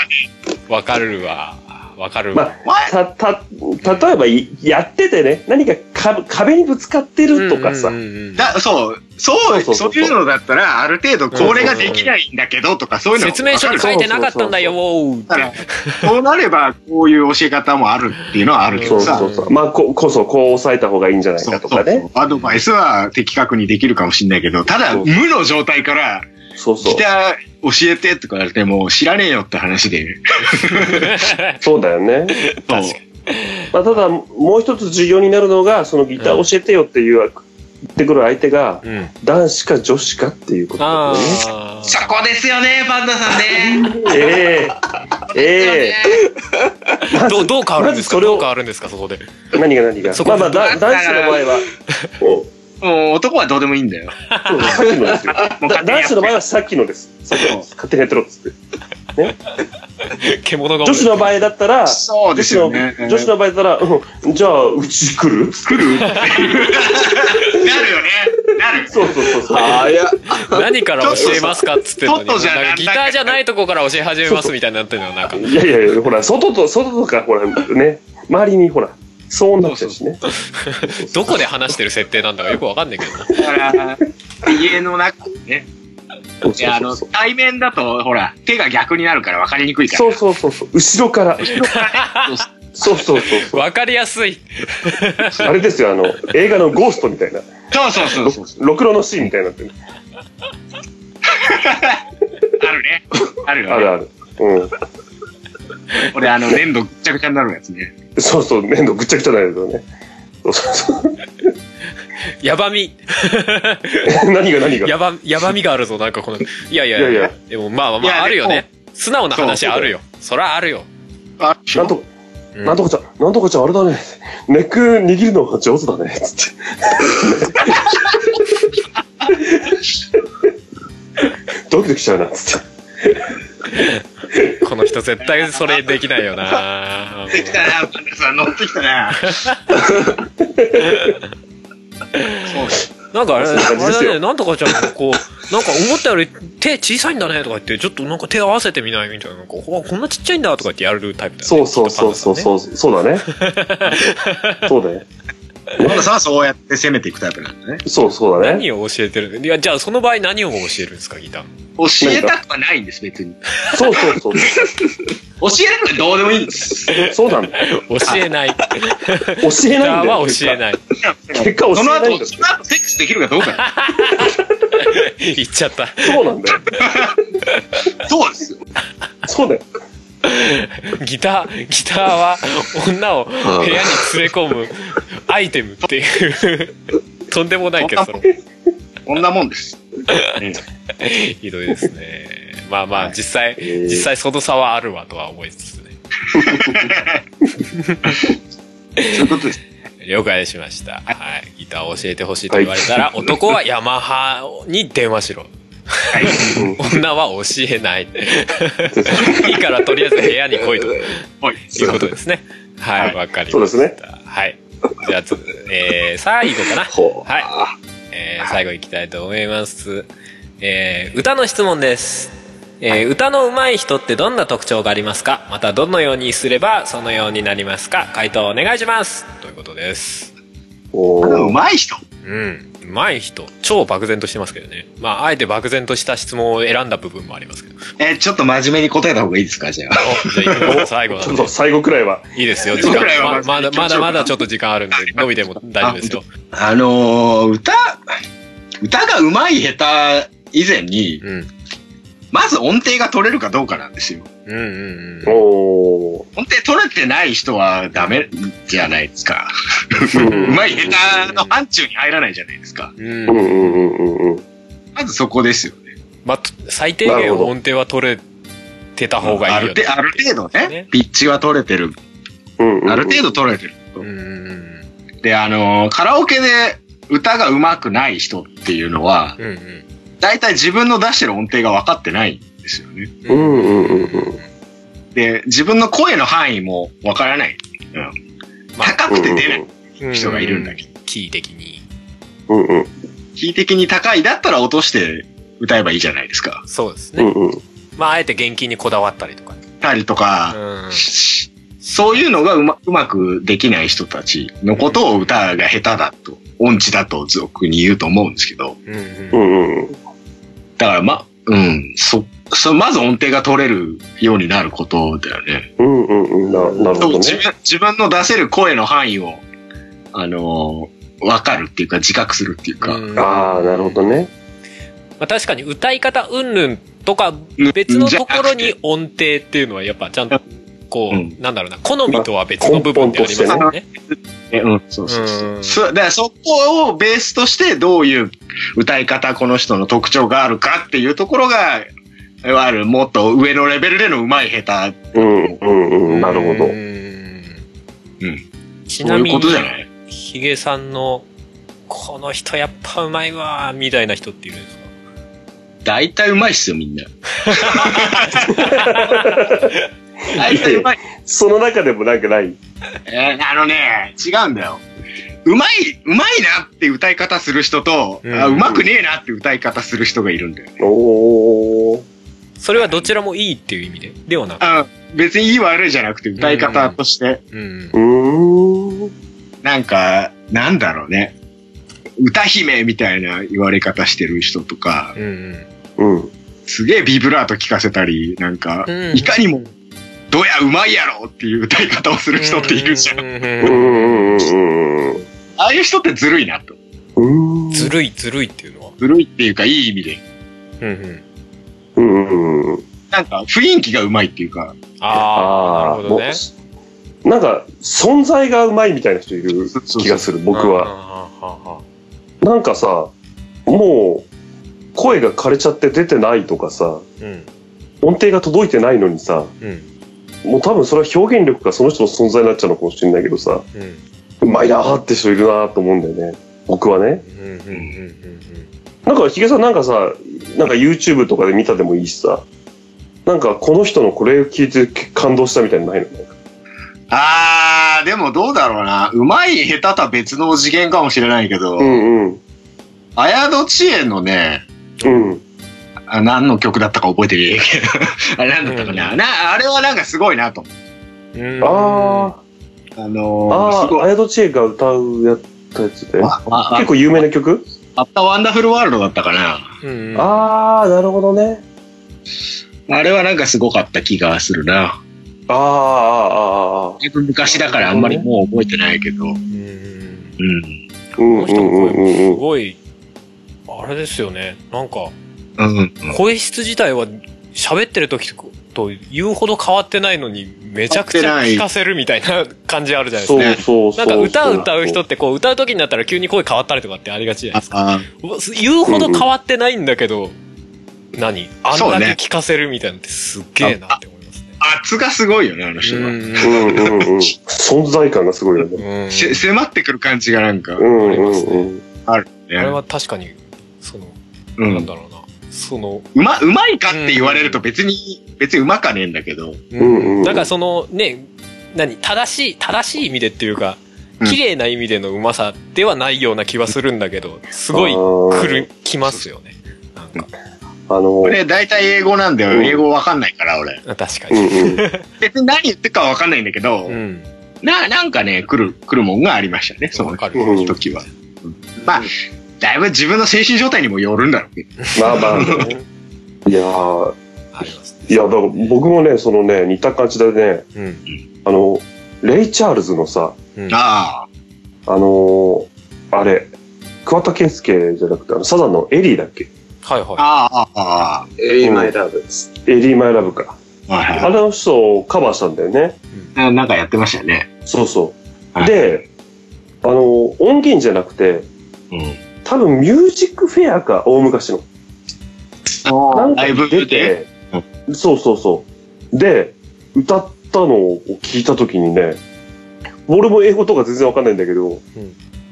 Speaker 3: わかるわ。わかる
Speaker 1: ま
Speaker 3: わ。
Speaker 1: あ、
Speaker 5: お前
Speaker 1: た、た、例えばい、やっててね、何かか壁にぶつかってるとかさ
Speaker 3: うん。うんうん
Speaker 5: だそう、そう、
Speaker 1: そ
Speaker 5: そうう
Speaker 1: そうそうそう
Speaker 5: いうのだったら、ある程度これができないんだけどとか、そういうの
Speaker 3: 説明書に
Speaker 5: わか
Speaker 3: 書
Speaker 5: る
Speaker 3: いてなかったんだよーって
Speaker 5: だから、そうなれば、こういう教え方もあるっていうのはあるけ
Speaker 1: そ
Speaker 5: ど
Speaker 1: う
Speaker 5: さ、
Speaker 1: そうそう。まあ、こ、こそ、こう抑えた方がいいんじゃない
Speaker 5: そう
Speaker 1: かとか
Speaker 5: そ
Speaker 1: ね
Speaker 5: う。そうアドバイスは的確にできるかもしれないけど、ただ、
Speaker 1: そう
Speaker 5: 無の状態から、
Speaker 1: そうそう。
Speaker 5: ギター教えてとか言われても、知らねえよって話で。
Speaker 1: そうだよね。
Speaker 5: そう
Speaker 3: 確か
Speaker 1: まあ、ただ、もう一つ重要になるのが、そのギター教えてよっていう、言ってくる相手が、
Speaker 3: うん。
Speaker 1: 男子か女子かっていうことだ
Speaker 3: あ
Speaker 1: よね。
Speaker 3: あ。
Speaker 5: そこですよね、パンダさんね。
Speaker 1: ええええ
Speaker 3: どう、どう変わるんですか
Speaker 1: まずそれを
Speaker 3: どう変わるんですかそこで。
Speaker 1: 何が何が。
Speaker 3: そこ
Speaker 1: まあまあ、だ男子の場合は、うん
Speaker 5: もう男はどうでもいいんだよ。
Speaker 1: そうさっきのですよ。
Speaker 5: もう
Speaker 1: だ
Speaker 5: 勝手
Speaker 1: 男
Speaker 5: にやっ
Speaker 1: 子
Speaker 5: て
Speaker 1: の場合はさっきのです。さっきのです勝手にやってろっつって。
Speaker 3: 獣が多い
Speaker 1: 女子の場合だったら、
Speaker 5: そうですよね。
Speaker 1: 女子の場合だったら、うん、じゃあ、うち来る来る
Speaker 5: なるよね。な る。
Speaker 1: そうそうそうそう。
Speaker 4: あや、
Speaker 3: 何から教えますかっつってんのに。
Speaker 5: ちょっとじゃ
Speaker 3: なんかギターじゃないとこから教え始めますみたいになってるのはなんか。
Speaker 1: いやいやいや、ほら、外と、外とか、ほら、ね、周りにほら、そうなっちゃうしね。
Speaker 3: どこで話してる設定なんだかよくわかんないけどな。
Speaker 5: だから、家の中ね。
Speaker 1: そう
Speaker 5: いや、あの、
Speaker 1: そう
Speaker 5: 対面だと、ほら、手が逆になるから分かりにくいから。
Speaker 1: そうそうそうそう。後ろから。そうそうそうそう。
Speaker 3: わかりやすい。
Speaker 1: あれですよ、あの、映画のゴーストみたいな。
Speaker 5: そうそうそうそうそう。
Speaker 1: ろくろのシーンみたいになってる。
Speaker 5: あるね。ある
Speaker 1: あ
Speaker 5: よ、
Speaker 1: る
Speaker 5: ね。
Speaker 1: ある。う
Speaker 5: 俺、あの、粘土ぐっちゃぐちゃになるやつね。
Speaker 1: ん。そうそう、粘土ぐっちゃぐちゃなんだけどね。
Speaker 3: やばみ、
Speaker 1: 何が何が。
Speaker 3: やば、やばみがあるぞ、なんかこの、いやいや、
Speaker 1: いやいや
Speaker 3: でもまあまあま
Speaker 5: いや
Speaker 3: あ、あるよね。素直な話
Speaker 5: そう
Speaker 3: あるよ。そらあるよ。
Speaker 5: あ
Speaker 1: なんと、
Speaker 3: うん
Speaker 1: なんとかちゃん、なんとかちゃん、あれだね。ネック握るのが上手だね。つって。ドキドキしちゃうな、つって。
Speaker 3: この人絶対それできないよな。
Speaker 5: できたね、パンダさん乗ってきたね。
Speaker 3: なんかあれ、あ
Speaker 1: そん
Speaker 3: れ
Speaker 1: な感じですよ
Speaker 3: だね、なんとかちゃんがこう、なんか思ったより手小さいんだねとか言って、ちょっとなんか手合わせてみないみたいな、なんか、ほらこんなちっちゃいんだとか言ってやるタイプだよね。
Speaker 1: そうそうそうそうそう、そうだね。そうだね。
Speaker 5: パンダさんはそうやって攻めていくタイプなんだね。
Speaker 1: そうそうだね。
Speaker 3: 何を教えてるいや、じゃあその場合何を教えるんですか、ギター。
Speaker 5: 教えたくはないんです、別に。
Speaker 1: そうそうそう。
Speaker 5: 教えなくてどうでもいいんです。
Speaker 1: そうなんだよ。
Speaker 3: 教えない。
Speaker 1: 教 え
Speaker 3: ギタ
Speaker 1: ないん
Speaker 3: ー
Speaker 1: だよ。。
Speaker 3: は教えないい。
Speaker 1: 結果教
Speaker 5: そ
Speaker 1: え
Speaker 5: の
Speaker 1: な
Speaker 5: 後、
Speaker 1: いんだ
Speaker 5: その後セックスできるかどうか。
Speaker 3: 言っちゃった。
Speaker 1: そうなんだよ。
Speaker 5: そうですよ。
Speaker 1: そうだよ。
Speaker 3: ギター、ギターは女を部屋に連れ込むアイテムっていう。とんでもない結論。
Speaker 5: こんなもんです。
Speaker 3: ひどいですね。まあまあ、
Speaker 5: はい
Speaker 3: 実際、
Speaker 1: えー
Speaker 3: 実際その差はあるわとは思いつつね。
Speaker 5: そういうことです。
Speaker 3: 了解しました。はい。ギターを教えてほしいと言われたら、男はヤマハに電話しろ。
Speaker 5: はい。
Speaker 3: 女は教え ない。いいからとりあえず部屋に来いと
Speaker 5: おい。
Speaker 3: いうことですね。は、
Speaker 5: はいい
Speaker 3: わかりました。
Speaker 1: そうです
Speaker 3: はい。じゃあ、つえー、最後かな。
Speaker 1: ほ
Speaker 3: はい。えー最後いきたいと思います。えー歌の質問です。えー歌の上手い人ってどんな特徴がありますかまたどのようにすればそのようになりますか回答お願いしますということです。
Speaker 1: お
Speaker 5: あの
Speaker 1: ー
Speaker 5: うまい人。
Speaker 3: うん。上手い人。超漠然としてますけどね。まあ、あえて漠然とした質問を選んだ部分もありますけど。
Speaker 5: えー、ちょっと真面目に答えた方がいいですか、じゃあ。
Speaker 3: おじゃあ行きます、最後な
Speaker 1: ちょ
Speaker 3: ん
Speaker 1: っ
Speaker 3: で
Speaker 1: と。最後くらいは。
Speaker 3: いいですよ、時
Speaker 5: 僕ら
Speaker 3: 間。ま
Speaker 5: は
Speaker 3: まだ、
Speaker 5: 行きま
Speaker 3: ま
Speaker 5: しょ
Speaker 3: だ
Speaker 5: うか
Speaker 3: まだちょっと時間あ るんで、伸びても大丈夫ですよ。
Speaker 5: あのー、歌、歌がうまい下手以前に、
Speaker 3: うん。
Speaker 5: まず音程が取れるかどうかなんですよ。
Speaker 3: うんうんうん。
Speaker 1: おー。
Speaker 5: 音程取れてない人はダメじゃないですか。うまい下手の範疇に入らないじゃないですか。
Speaker 3: うん
Speaker 1: うんうんうんうんうん。
Speaker 5: まずそこですよね。
Speaker 3: まあ、と最低
Speaker 1: なる
Speaker 3: 限
Speaker 1: ほど
Speaker 3: 音程は取れてた方が
Speaker 5: あ
Speaker 3: いい
Speaker 5: る
Speaker 3: よ
Speaker 5: 程ある程度ね
Speaker 3: ね、
Speaker 5: ピッチは取れてる。
Speaker 1: うんうん
Speaker 5: ある程度取れてる。
Speaker 3: うんうん
Speaker 5: で、あのー、カラオケで歌が上手くない人っていうのは、
Speaker 3: うん
Speaker 5: 大体自分の出してる音程が分かってないんですよね。
Speaker 3: う
Speaker 1: うんん
Speaker 3: うん
Speaker 1: うんうんうん。
Speaker 5: で、自分の声の範囲も分からない。うん。
Speaker 3: まあ
Speaker 5: 高くて出ない人がいるんだ
Speaker 3: け
Speaker 5: けど、
Speaker 3: どキー的に
Speaker 1: うんうん
Speaker 5: キー的に高いだったら落として歌えばいいじゃないですか。
Speaker 3: そうです
Speaker 1: う
Speaker 3: ね、
Speaker 1: んうん。
Speaker 3: まああえて現金にこだわったりとか、
Speaker 5: たりとか、
Speaker 3: うん、
Speaker 5: そういうのがうまうまくできない人たちのことを歌が下手だと、音痴だと俗に言うと思うんですけど、
Speaker 3: うんう
Speaker 1: う
Speaker 3: ん
Speaker 1: んうんうん。
Speaker 5: だからま、うん、そ、そまず音程が取れるようになることだよね。
Speaker 1: うんうんうん。ななるほど
Speaker 5: 自
Speaker 1: ね。
Speaker 5: 分自分の出せる声の範囲を、あのーわかるっていうか自覚するっていうか、
Speaker 3: うん
Speaker 1: ああ、なるほどね。
Speaker 3: まあ、確かに歌い方うんぬんとか別のところに音程っていうのはやっぱちゃんとこう、
Speaker 5: うん
Speaker 3: なんだろうな好みとは別の部分でありますよね
Speaker 5: えうん、そうそうそう。
Speaker 3: うん
Speaker 5: そだからそこをベースとしてどういう歌い方、この人の特徴があるかっていうところが、いわゆるもっと上のレベルでの上手い下手
Speaker 1: うんうんうん。なるほ
Speaker 3: う
Speaker 1: ど。
Speaker 3: ん
Speaker 5: うん
Speaker 3: ちなみ
Speaker 5: そういうことじゃ
Speaker 3: に
Speaker 5: ない
Speaker 3: ヒゲさんの、この人やっぱうまいわ、みたいな人っているんですか
Speaker 5: 大体うまいっすよ、みんな。大体うまい。
Speaker 1: その中でもなんかない。
Speaker 5: えーあのね、違うんだよ。うまい、うまいなって歌い方する人と、
Speaker 3: う
Speaker 5: うんうまくねえなって歌い方する人がいるんだよね。
Speaker 1: おー。
Speaker 3: それはどちらもいいっていう意味でではなく。
Speaker 5: あ別にいい悪いじゃなくて、歌い方として、
Speaker 3: うん
Speaker 1: う。ーん。
Speaker 5: なんか、なんだろうね。歌姫みたいな言われ方してる人とか、
Speaker 3: うんうん。
Speaker 1: うん。
Speaker 5: すげえビブラート聞かせたり、なんか、
Speaker 3: うん
Speaker 5: いかにも、どやうまいやろっていう歌い方をする人っているじゃん。
Speaker 3: う
Speaker 1: うん
Speaker 3: ん。
Speaker 1: うんうんうん
Speaker 5: ああいう人ってずるいなと。
Speaker 1: うん。
Speaker 3: ずるいずるいっていうのは。
Speaker 5: ずるいっていうか、いい意味で。
Speaker 3: うんうん。
Speaker 1: うんうんうんうん。
Speaker 5: なんか、雰囲気がうまいっていうか、
Speaker 3: ああ、なるほどね。
Speaker 1: もなんか、存在がうまいみたいな人いる
Speaker 5: そうそう
Speaker 1: 気がする、僕は。
Speaker 3: は。
Speaker 1: なんかさ、もう、声が枯れちゃって出てないとかさ、
Speaker 3: うん。
Speaker 1: 音程が届いてないのにさ、
Speaker 3: うん。
Speaker 1: もう多分それは表現力がその人の存在になっちゃうのかもしれないけどさ、
Speaker 3: うん。
Speaker 1: うまいなーって人いるなーと思うんだよね。僕はね。
Speaker 3: うん。うん。うん。
Speaker 1: なんかヒゲさんなんかさ、なんか YouTube とかで見たでもいいしさ、なんかこの人のこれを聞いて感動したみたいなのないの
Speaker 5: あー、でもどうだろうな。うまい下手とは別の次元かもしれないけど、
Speaker 1: うんうん。
Speaker 5: 綾戸知恵のね、
Speaker 1: うん。
Speaker 5: あ何の曲だったか覚えてる あれ何だったかな,、
Speaker 3: う
Speaker 5: なあれはなんかすごいなと思う。
Speaker 3: うん。
Speaker 1: あ
Speaker 5: あ
Speaker 1: あ、
Speaker 5: のー、
Speaker 1: あ
Speaker 5: すご
Speaker 1: あ、
Speaker 5: い。
Speaker 1: 綾戸知恵が歌うやったやつで。
Speaker 5: ああ
Speaker 1: 結構有名な曲
Speaker 5: あったワンダフルワールドだったかな。
Speaker 3: うん。
Speaker 1: ああ、なるほどね。
Speaker 5: あれはなんかすごかった気がするな。
Speaker 1: ああ、ああ、ああ。
Speaker 5: だいぶ昔だからあんまりもう覚えてないけど。うん。
Speaker 3: うん。
Speaker 1: うん
Speaker 3: の
Speaker 1: う
Speaker 3: 人の
Speaker 1: んうんう
Speaker 3: 声もす
Speaker 1: んうん。
Speaker 3: ごい、あれですよね。なんか、
Speaker 5: うん。
Speaker 3: 声質自体は喋ってる時と言うほど変わってないのに、めちゃくちゃ聞かせるみたいな感じあるじゃないですか
Speaker 1: そうそうそ
Speaker 3: な
Speaker 1: う。
Speaker 3: んか歌う歌う人ってこう歌う時になったら急に声変わったりとかってありがちじゃない
Speaker 5: あ
Speaker 3: です
Speaker 5: あ
Speaker 3: か。言うほど変わってないんだけど、何あ
Speaker 5: そうんね
Speaker 3: だけ聞かせるみたいなのってすっげえなって思いますね。
Speaker 5: 圧がすごいよね、あの人は。
Speaker 1: うんうんうん。存在感がすごいよね。
Speaker 3: うん。
Speaker 5: せ迫ってくる感じがなんか、
Speaker 1: う
Speaker 5: ね
Speaker 1: んうんうん。
Speaker 3: あれは確かに、その、
Speaker 5: う
Speaker 3: なん
Speaker 5: ん、
Speaker 3: だろうな。その、
Speaker 5: うま、うまいかって言われると別に、別にうまかねえんだけど、
Speaker 1: うんうんうん
Speaker 3: なんかそのね、何正しい、正しい意味でっていうか
Speaker 5: う、ん
Speaker 3: 綺麗な意味でのうまさではないような気はするんだけど、すごい
Speaker 1: 来
Speaker 3: 来る、来ますよね。なんか、
Speaker 1: あの、うん
Speaker 5: 俺大体英語なんだよ。
Speaker 1: うん
Speaker 5: 英語わかんないから、俺。
Speaker 3: 確か
Speaker 1: う
Speaker 3: に。
Speaker 1: ん。
Speaker 5: 別に何言ってるかわかんないんだけど、
Speaker 3: うん。
Speaker 5: な、なんかね、来る、来るもんがありましたね、その
Speaker 3: わかる。
Speaker 1: うん
Speaker 5: 時は。まあ、だいぶ自分の精神状態にもよるんだろうね。
Speaker 1: まあまあ。いやー
Speaker 3: ありますね。
Speaker 1: いや、だから僕もね、そのね、似た感じでね、
Speaker 3: うん。
Speaker 1: あの、レイ・チャールズのさ、
Speaker 3: うん。
Speaker 5: あ
Speaker 1: あのーあれ、桑田佳祐じゃなくて、あの、サザンのエリーだっけ
Speaker 3: はいはい
Speaker 5: あ、。ああ、ああ、
Speaker 4: エリーマイラブです。
Speaker 1: エリー・マイ・ラブか。
Speaker 5: はい
Speaker 1: あ
Speaker 5: は
Speaker 1: れの人をカバーしたんだよね。
Speaker 5: いなんかやってましたね。
Speaker 1: そうそう。
Speaker 5: はい
Speaker 1: で、あのー音源じゃなくて、
Speaker 5: うん。
Speaker 1: 多分ミュージックフェアか、大昔の。なん
Speaker 5: ラ
Speaker 1: か
Speaker 5: イブ
Speaker 1: 出
Speaker 5: で
Speaker 1: て、そうそうそう。で、歌ったのを聞いたときにね、俺も英語とか全然わかんないんだけど、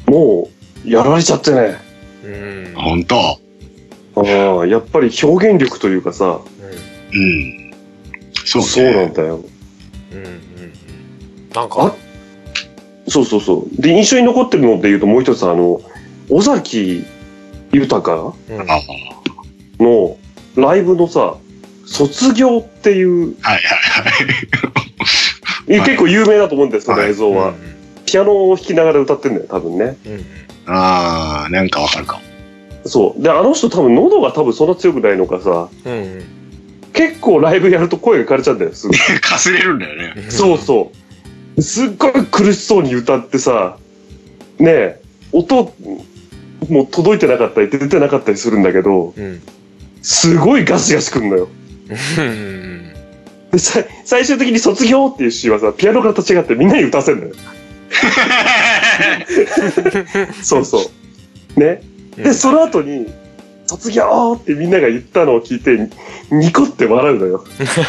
Speaker 1: もう、やられちゃってね。
Speaker 3: うん。
Speaker 5: 本当
Speaker 1: ああ、やっぱり表現力というかさ、
Speaker 5: うん。そう、ね、
Speaker 1: そうなんだよ。
Speaker 3: うん。うん。うん。なん
Speaker 1: あ
Speaker 3: か、
Speaker 1: そうそうそう。で、印象に残ってるので言うともう一つ、あの、尾崎豊
Speaker 3: うん。
Speaker 5: ああ
Speaker 3: は
Speaker 1: のライブのさ、卒業っていう、
Speaker 5: はいはいはい。い
Speaker 1: 結構有名だと思うんですよ、その
Speaker 5: はい
Speaker 1: 映像は。ピアノを弾きながら歌ってんだよ、多分ね。
Speaker 3: うん。うん。
Speaker 5: ああ、なんかわかるかも。
Speaker 1: そう。で、あの人多分喉が多分そんな強くないのかさ、
Speaker 3: うん。
Speaker 1: 結構ライブやると声が枯れちゃうんだよ、すぐ
Speaker 5: かすれるんだよね。
Speaker 3: うん。
Speaker 1: そうそう。すっごい苦しそうに歌ってさ、ねえ、音、もう届いてなかったり、出てなかったりするんだけど、
Speaker 3: うん。うん。
Speaker 1: すごいガシガシくんのよ。
Speaker 3: うん。
Speaker 1: で、さ最終的に卒業っていうシーンはさ、ピアノから立ち上がってみんなに歌わせんのよ。そうそう。ね。
Speaker 3: うん
Speaker 1: で、その後に、卒業ってみんなが言ったのを聞いて、ニコって笑うのよ。も
Speaker 3: いいです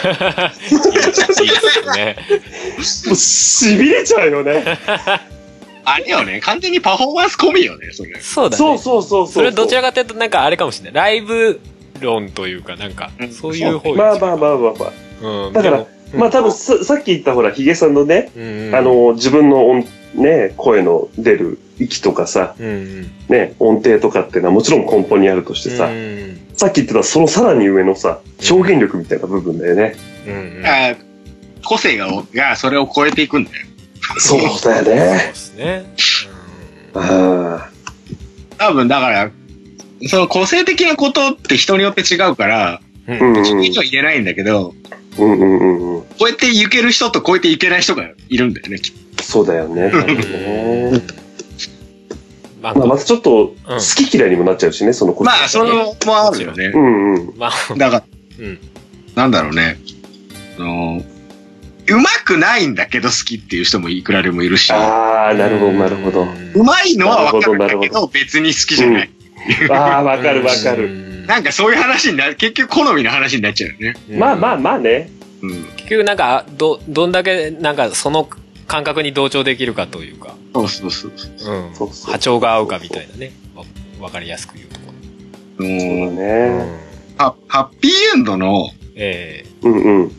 Speaker 3: ね。
Speaker 1: う、痺れちゃうよね。
Speaker 5: あれよね、完全にパフォーマンス込みよね、それ。
Speaker 3: そうだね。
Speaker 1: そうそうそうそう。
Speaker 3: それどちらかというと、なんかあれかもしれない。ライブ論というか、なんか
Speaker 5: う、ん
Speaker 3: そういう方
Speaker 1: まあまあまあまあまあ。
Speaker 3: あうん。
Speaker 1: だから
Speaker 3: でも、
Speaker 1: まあ多分ささっき言ったほら、ヒゲさんのね、
Speaker 3: うんうん
Speaker 1: あ、の、自分の音、ね、声の出る息とかさ、
Speaker 3: うんうん。
Speaker 1: ね、音程とかっていうのはもちろん根本にあるとしてさ、
Speaker 3: うんうん
Speaker 1: さっき言ってたそのさらに上のさ、表現力みたいな部分だよね。
Speaker 3: うんうん。
Speaker 5: あー個性ががそれを超えていくんだよ。
Speaker 1: そうだよ
Speaker 3: そう
Speaker 1: ね。
Speaker 3: ですね。
Speaker 1: あ
Speaker 5: 多分だから、その個性的なことって人によって違うから、
Speaker 3: うん
Speaker 1: あ。う
Speaker 3: うんん。
Speaker 1: うん。
Speaker 5: 人には言えないんだけど、
Speaker 1: うんうんうんうん。
Speaker 5: 超えていける人と超えていけない人がいるんだよね、きっと
Speaker 1: そうだよね。多分ね
Speaker 3: なん
Speaker 1: まあ、
Speaker 3: か
Speaker 1: またちょっと、好き嫌いにもなっちゃうしね、その子
Speaker 5: まあ、それもあるよね
Speaker 1: う。んうん。
Speaker 3: まあ、
Speaker 5: だから、
Speaker 3: うん。
Speaker 5: なんだろうね。あのうまくないんだけど好きっていう人もいくらでもいるし、
Speaker 1: ああ、なるほど、なるほど。
Speaker 5: うまいのはわかるん
Speaker 1: な
Speaker 5: だけ
Speaker 1: るほ
Speaker 5: ど、別に好きじゃない。
Speaker 1: ああ、わかるわかる。
Speaker 3: る
Speaker 5: なんかそういう話になる、結局好みの話になっちゃうよね。
Speaker 1: まあまあ
Speaker 3: あ。
Speaker 1: まあね。
Speaker 5: うん。
Speaker 3: 結局なんか、ど、どんだけ、なんかその感覚に同調できるかというか、
Speaker 5: そうそうそうそう。
Speaker 3: うん
Speaker 1: そうそう
Speaker 3: 波長が合うかみたいなね。わわかりやすく言うところ。
Speaker 1: そうだ
Speaker 3: うん
Speaker 1: ね。
Speaker 5: ハハッピーエンドの
Speaker 3: え
Speaker 1: うんうん。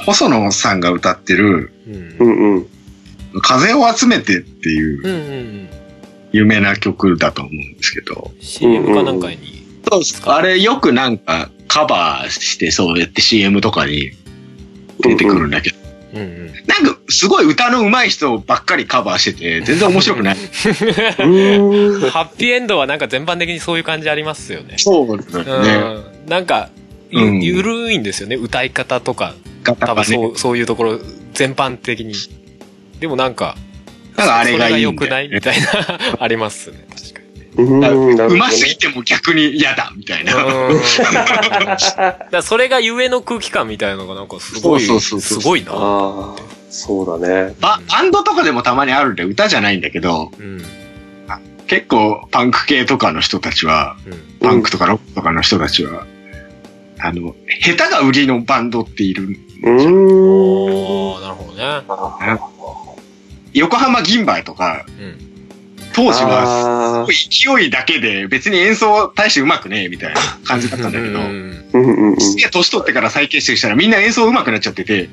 Speaker 5: 細野さんが歌ってる
Speaker 3: え。うん
Speaker 1: う。んうん。
Speaker 5: 風を集めてっていう
Speaker 3: うんうんうん。
Speaker 5: 有名な曲だと思うんですけど。
Speaker 3: CM かなんかに。
Speaker 5: そうですか。あれよくなんかカバーしてそうやって CM とかに出てくるんだけど。
Speaker 3: うんうん。
Speaker 5: なんかすごい歌の上手い人ばっかりカバーしてて、全然面白く ない。
Speaker 1: うん。
Speaker 3: ハッピーエンドはなんか全般的にそういう感じありますよね。
Speaker 5: そうです
Speaker 3: う。ん。なんか、ゆ
Speaker 5: うん
Speaker 3: ゆるいんですよね。歌い方とか、多分
Speaker 5: 多分
Speaker 3: そ、
Speaker 5: そう
Speaker 3: そういうところ、全般的に。でもなんか、
Speaker 5: だからあれがいい
Speaker 3: そ
Speaker 5: ん
Speaker 3: れが
Speaker 5: だ
Speaker 3: 良くな
Speaker 5: よ
Speaker 3: いみ
Speaker 5: ね。
Speaker 3: たいな、ありますね。確かにね。
Speaker 1: うんなるほど
Speaker 5: う
Speaker 1: ね
Speaker 5: ますぎても逆に嫌だ、みたいな。
Speaker 3: うん。だからそれがゆえの空気感みたいなのがなんかすごい、
Speaker 5: そうそうそうそう
Speaker 3: すごいな。
Speaker 1: ああ、そうだね。
Speaker 5: ババンドとかでもたまにあるんで、歌じゃないんだけど、
Speaker 3: うん。
Speaker 5: 結構パンク系とかの人たちは、
Speaker 3: うん。
Speaker 5: パンクとかロックとかの人たちは、あの、下手が売りのバンドっている。
Speaker 1: うーん。
Speaker 3: おー、なるほどね。
Speaker 5: 横浜銀杯とか、
Speaker 3: うん。
Speaker 5: 当時は、
Speaker 1: あー
Speaker 5: 勢いだけで別に演奏大して上手くねえみたいな感じだったんだけど、
Speaker 3: うん
Speaker 1: うんうんうん。
Speaker 5: すげえ年取ってから再結成したらみんな演奏上手くなっちゃってて、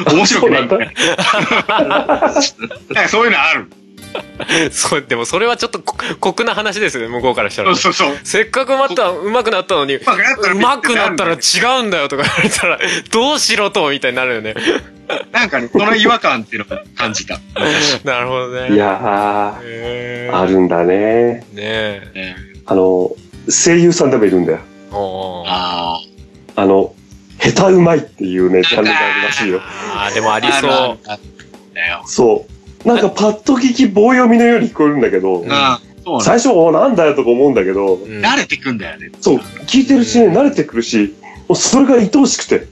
Speaker 5: あの、面白くな い。
Speaker 1: そうなんだ
Speaker 5: なんかそういうのある。
Speaker 3: そう、でもそれはちょっとこ酷な話ですよね、向こうからした
Speaker 5: そ
Speaker 3: ら
Speaker 5: う。そうそう。
Speaker 3: せっかくまた上手くなったのに、
Speaker 5: 上手くなったらび
Speaker 3: 上手くなったら
Speaker 5: っくり
Speaker 3: 違うんだよとか言われたら、どうしろとみたいになるよね。
Speaker 5: なるなんかね、その違和感っていうのを感じた。
Speaker 3: なるほどね。
Speaker 1: いや
Speaker 3: へ
Speaker 1: ー、
Speaker 3: ー
Speaker 1: あるんだね。
Speaker 3: ねえ。
Speaker 1: あの、声優さんでもいるんだよ。
Speaker 3: おー
Speaker 5: あ
Speaker 1: あの、下手うまいっていうね、ジャンルがあるらしいよ。
Speaker 3: あー、でもあ
Speaker 5: あ
Speaker 3: りそう。
Speaker 5: う。だよ。
Speaker 1: そう。なんかパッと聞き棒読みのように聞こえるんだけど、
Speaker 5: あーそうな
Speaker 1: 最初、おなんだよとか思うんだけど、
Speaker 3: うん
Speaker 5: の慣れてくんだよね。
Speaker 1: そう、聞いてるしね、慣れてくるし、もうそれが愛おしくて。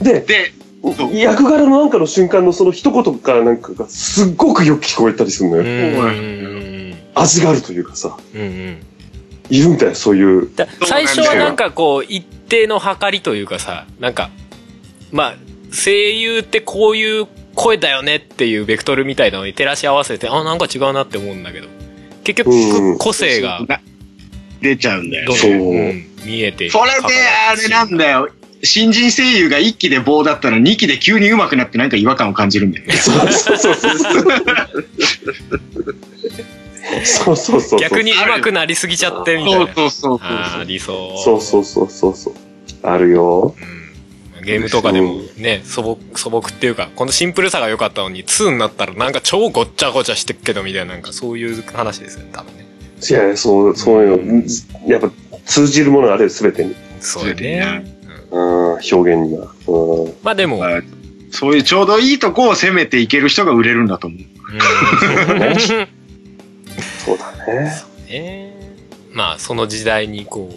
Speaker 1: で、
Speaker 5: で、そう
Speaker 1: 役柄のなんかの瞬間のその一言からなんかがすっごくよく聞こえたりするの
Speaker 3: う
Speaker 1: よ。
Speaker 3: ん。
Speaker 1: 味があるというかさ、
Speaker 3: うんうん。
Speaker 1: いるんだよ、そういう。
Speaker 3: だ最初はなんかこう、一定の計りというかさ、なんか、まあ、声優ってこういう声だよねっていうベクトルみたいなのに照らし合わせて、あ、なんか違うなって思うんだけど、結
Speaker 1: うん
Speaker 3: 局、個性が、
Speaker 5: な出ちゃうんだよ
Speaker 3: どん
Speaker 5: ね。
Speaker 1: そ
Speaker 3: ど
Speaker 1: うん
Speaker 3: うん見えて。
Speaker 5: それで、あれなんだよ。新人声優が1期で棒だったの2期で急に上手くなってなんか違和感を感じるんだよね。
Speaker 1: そうそうそうそう。そうそうそうそう。
Speaker 3: 逆に上手くなりすぎちゃってみたいな。
Speaker 5: そうそうそう
Speaker 3: ああ、理想。
Speaker 1: そうそうそうそうそう。あるよ。
Speaker 3: うん。ゲームとかでもね、素朴、素朴っていうか、このシンプルさが良かったのに、2になったらなんか超ごっちゃごちゃしてっけどみたいな、なんかそういう話ですよね、多分ね。
Speaker 1: いやいや、そう、そういうの、やっぱ通じるものがあるよ、すべてに。
Speaker 3: そうよね。
Speaker 1: うん、表現には。うん。
Speaker 3: まあでも、
Speaker 5: まあそういうちょうどいいとこを攻めていける人が売れるんだと思う。
Speaker 3: うん
Speaker 1: そうだね。
Speaker 3: えーまあその時代にこ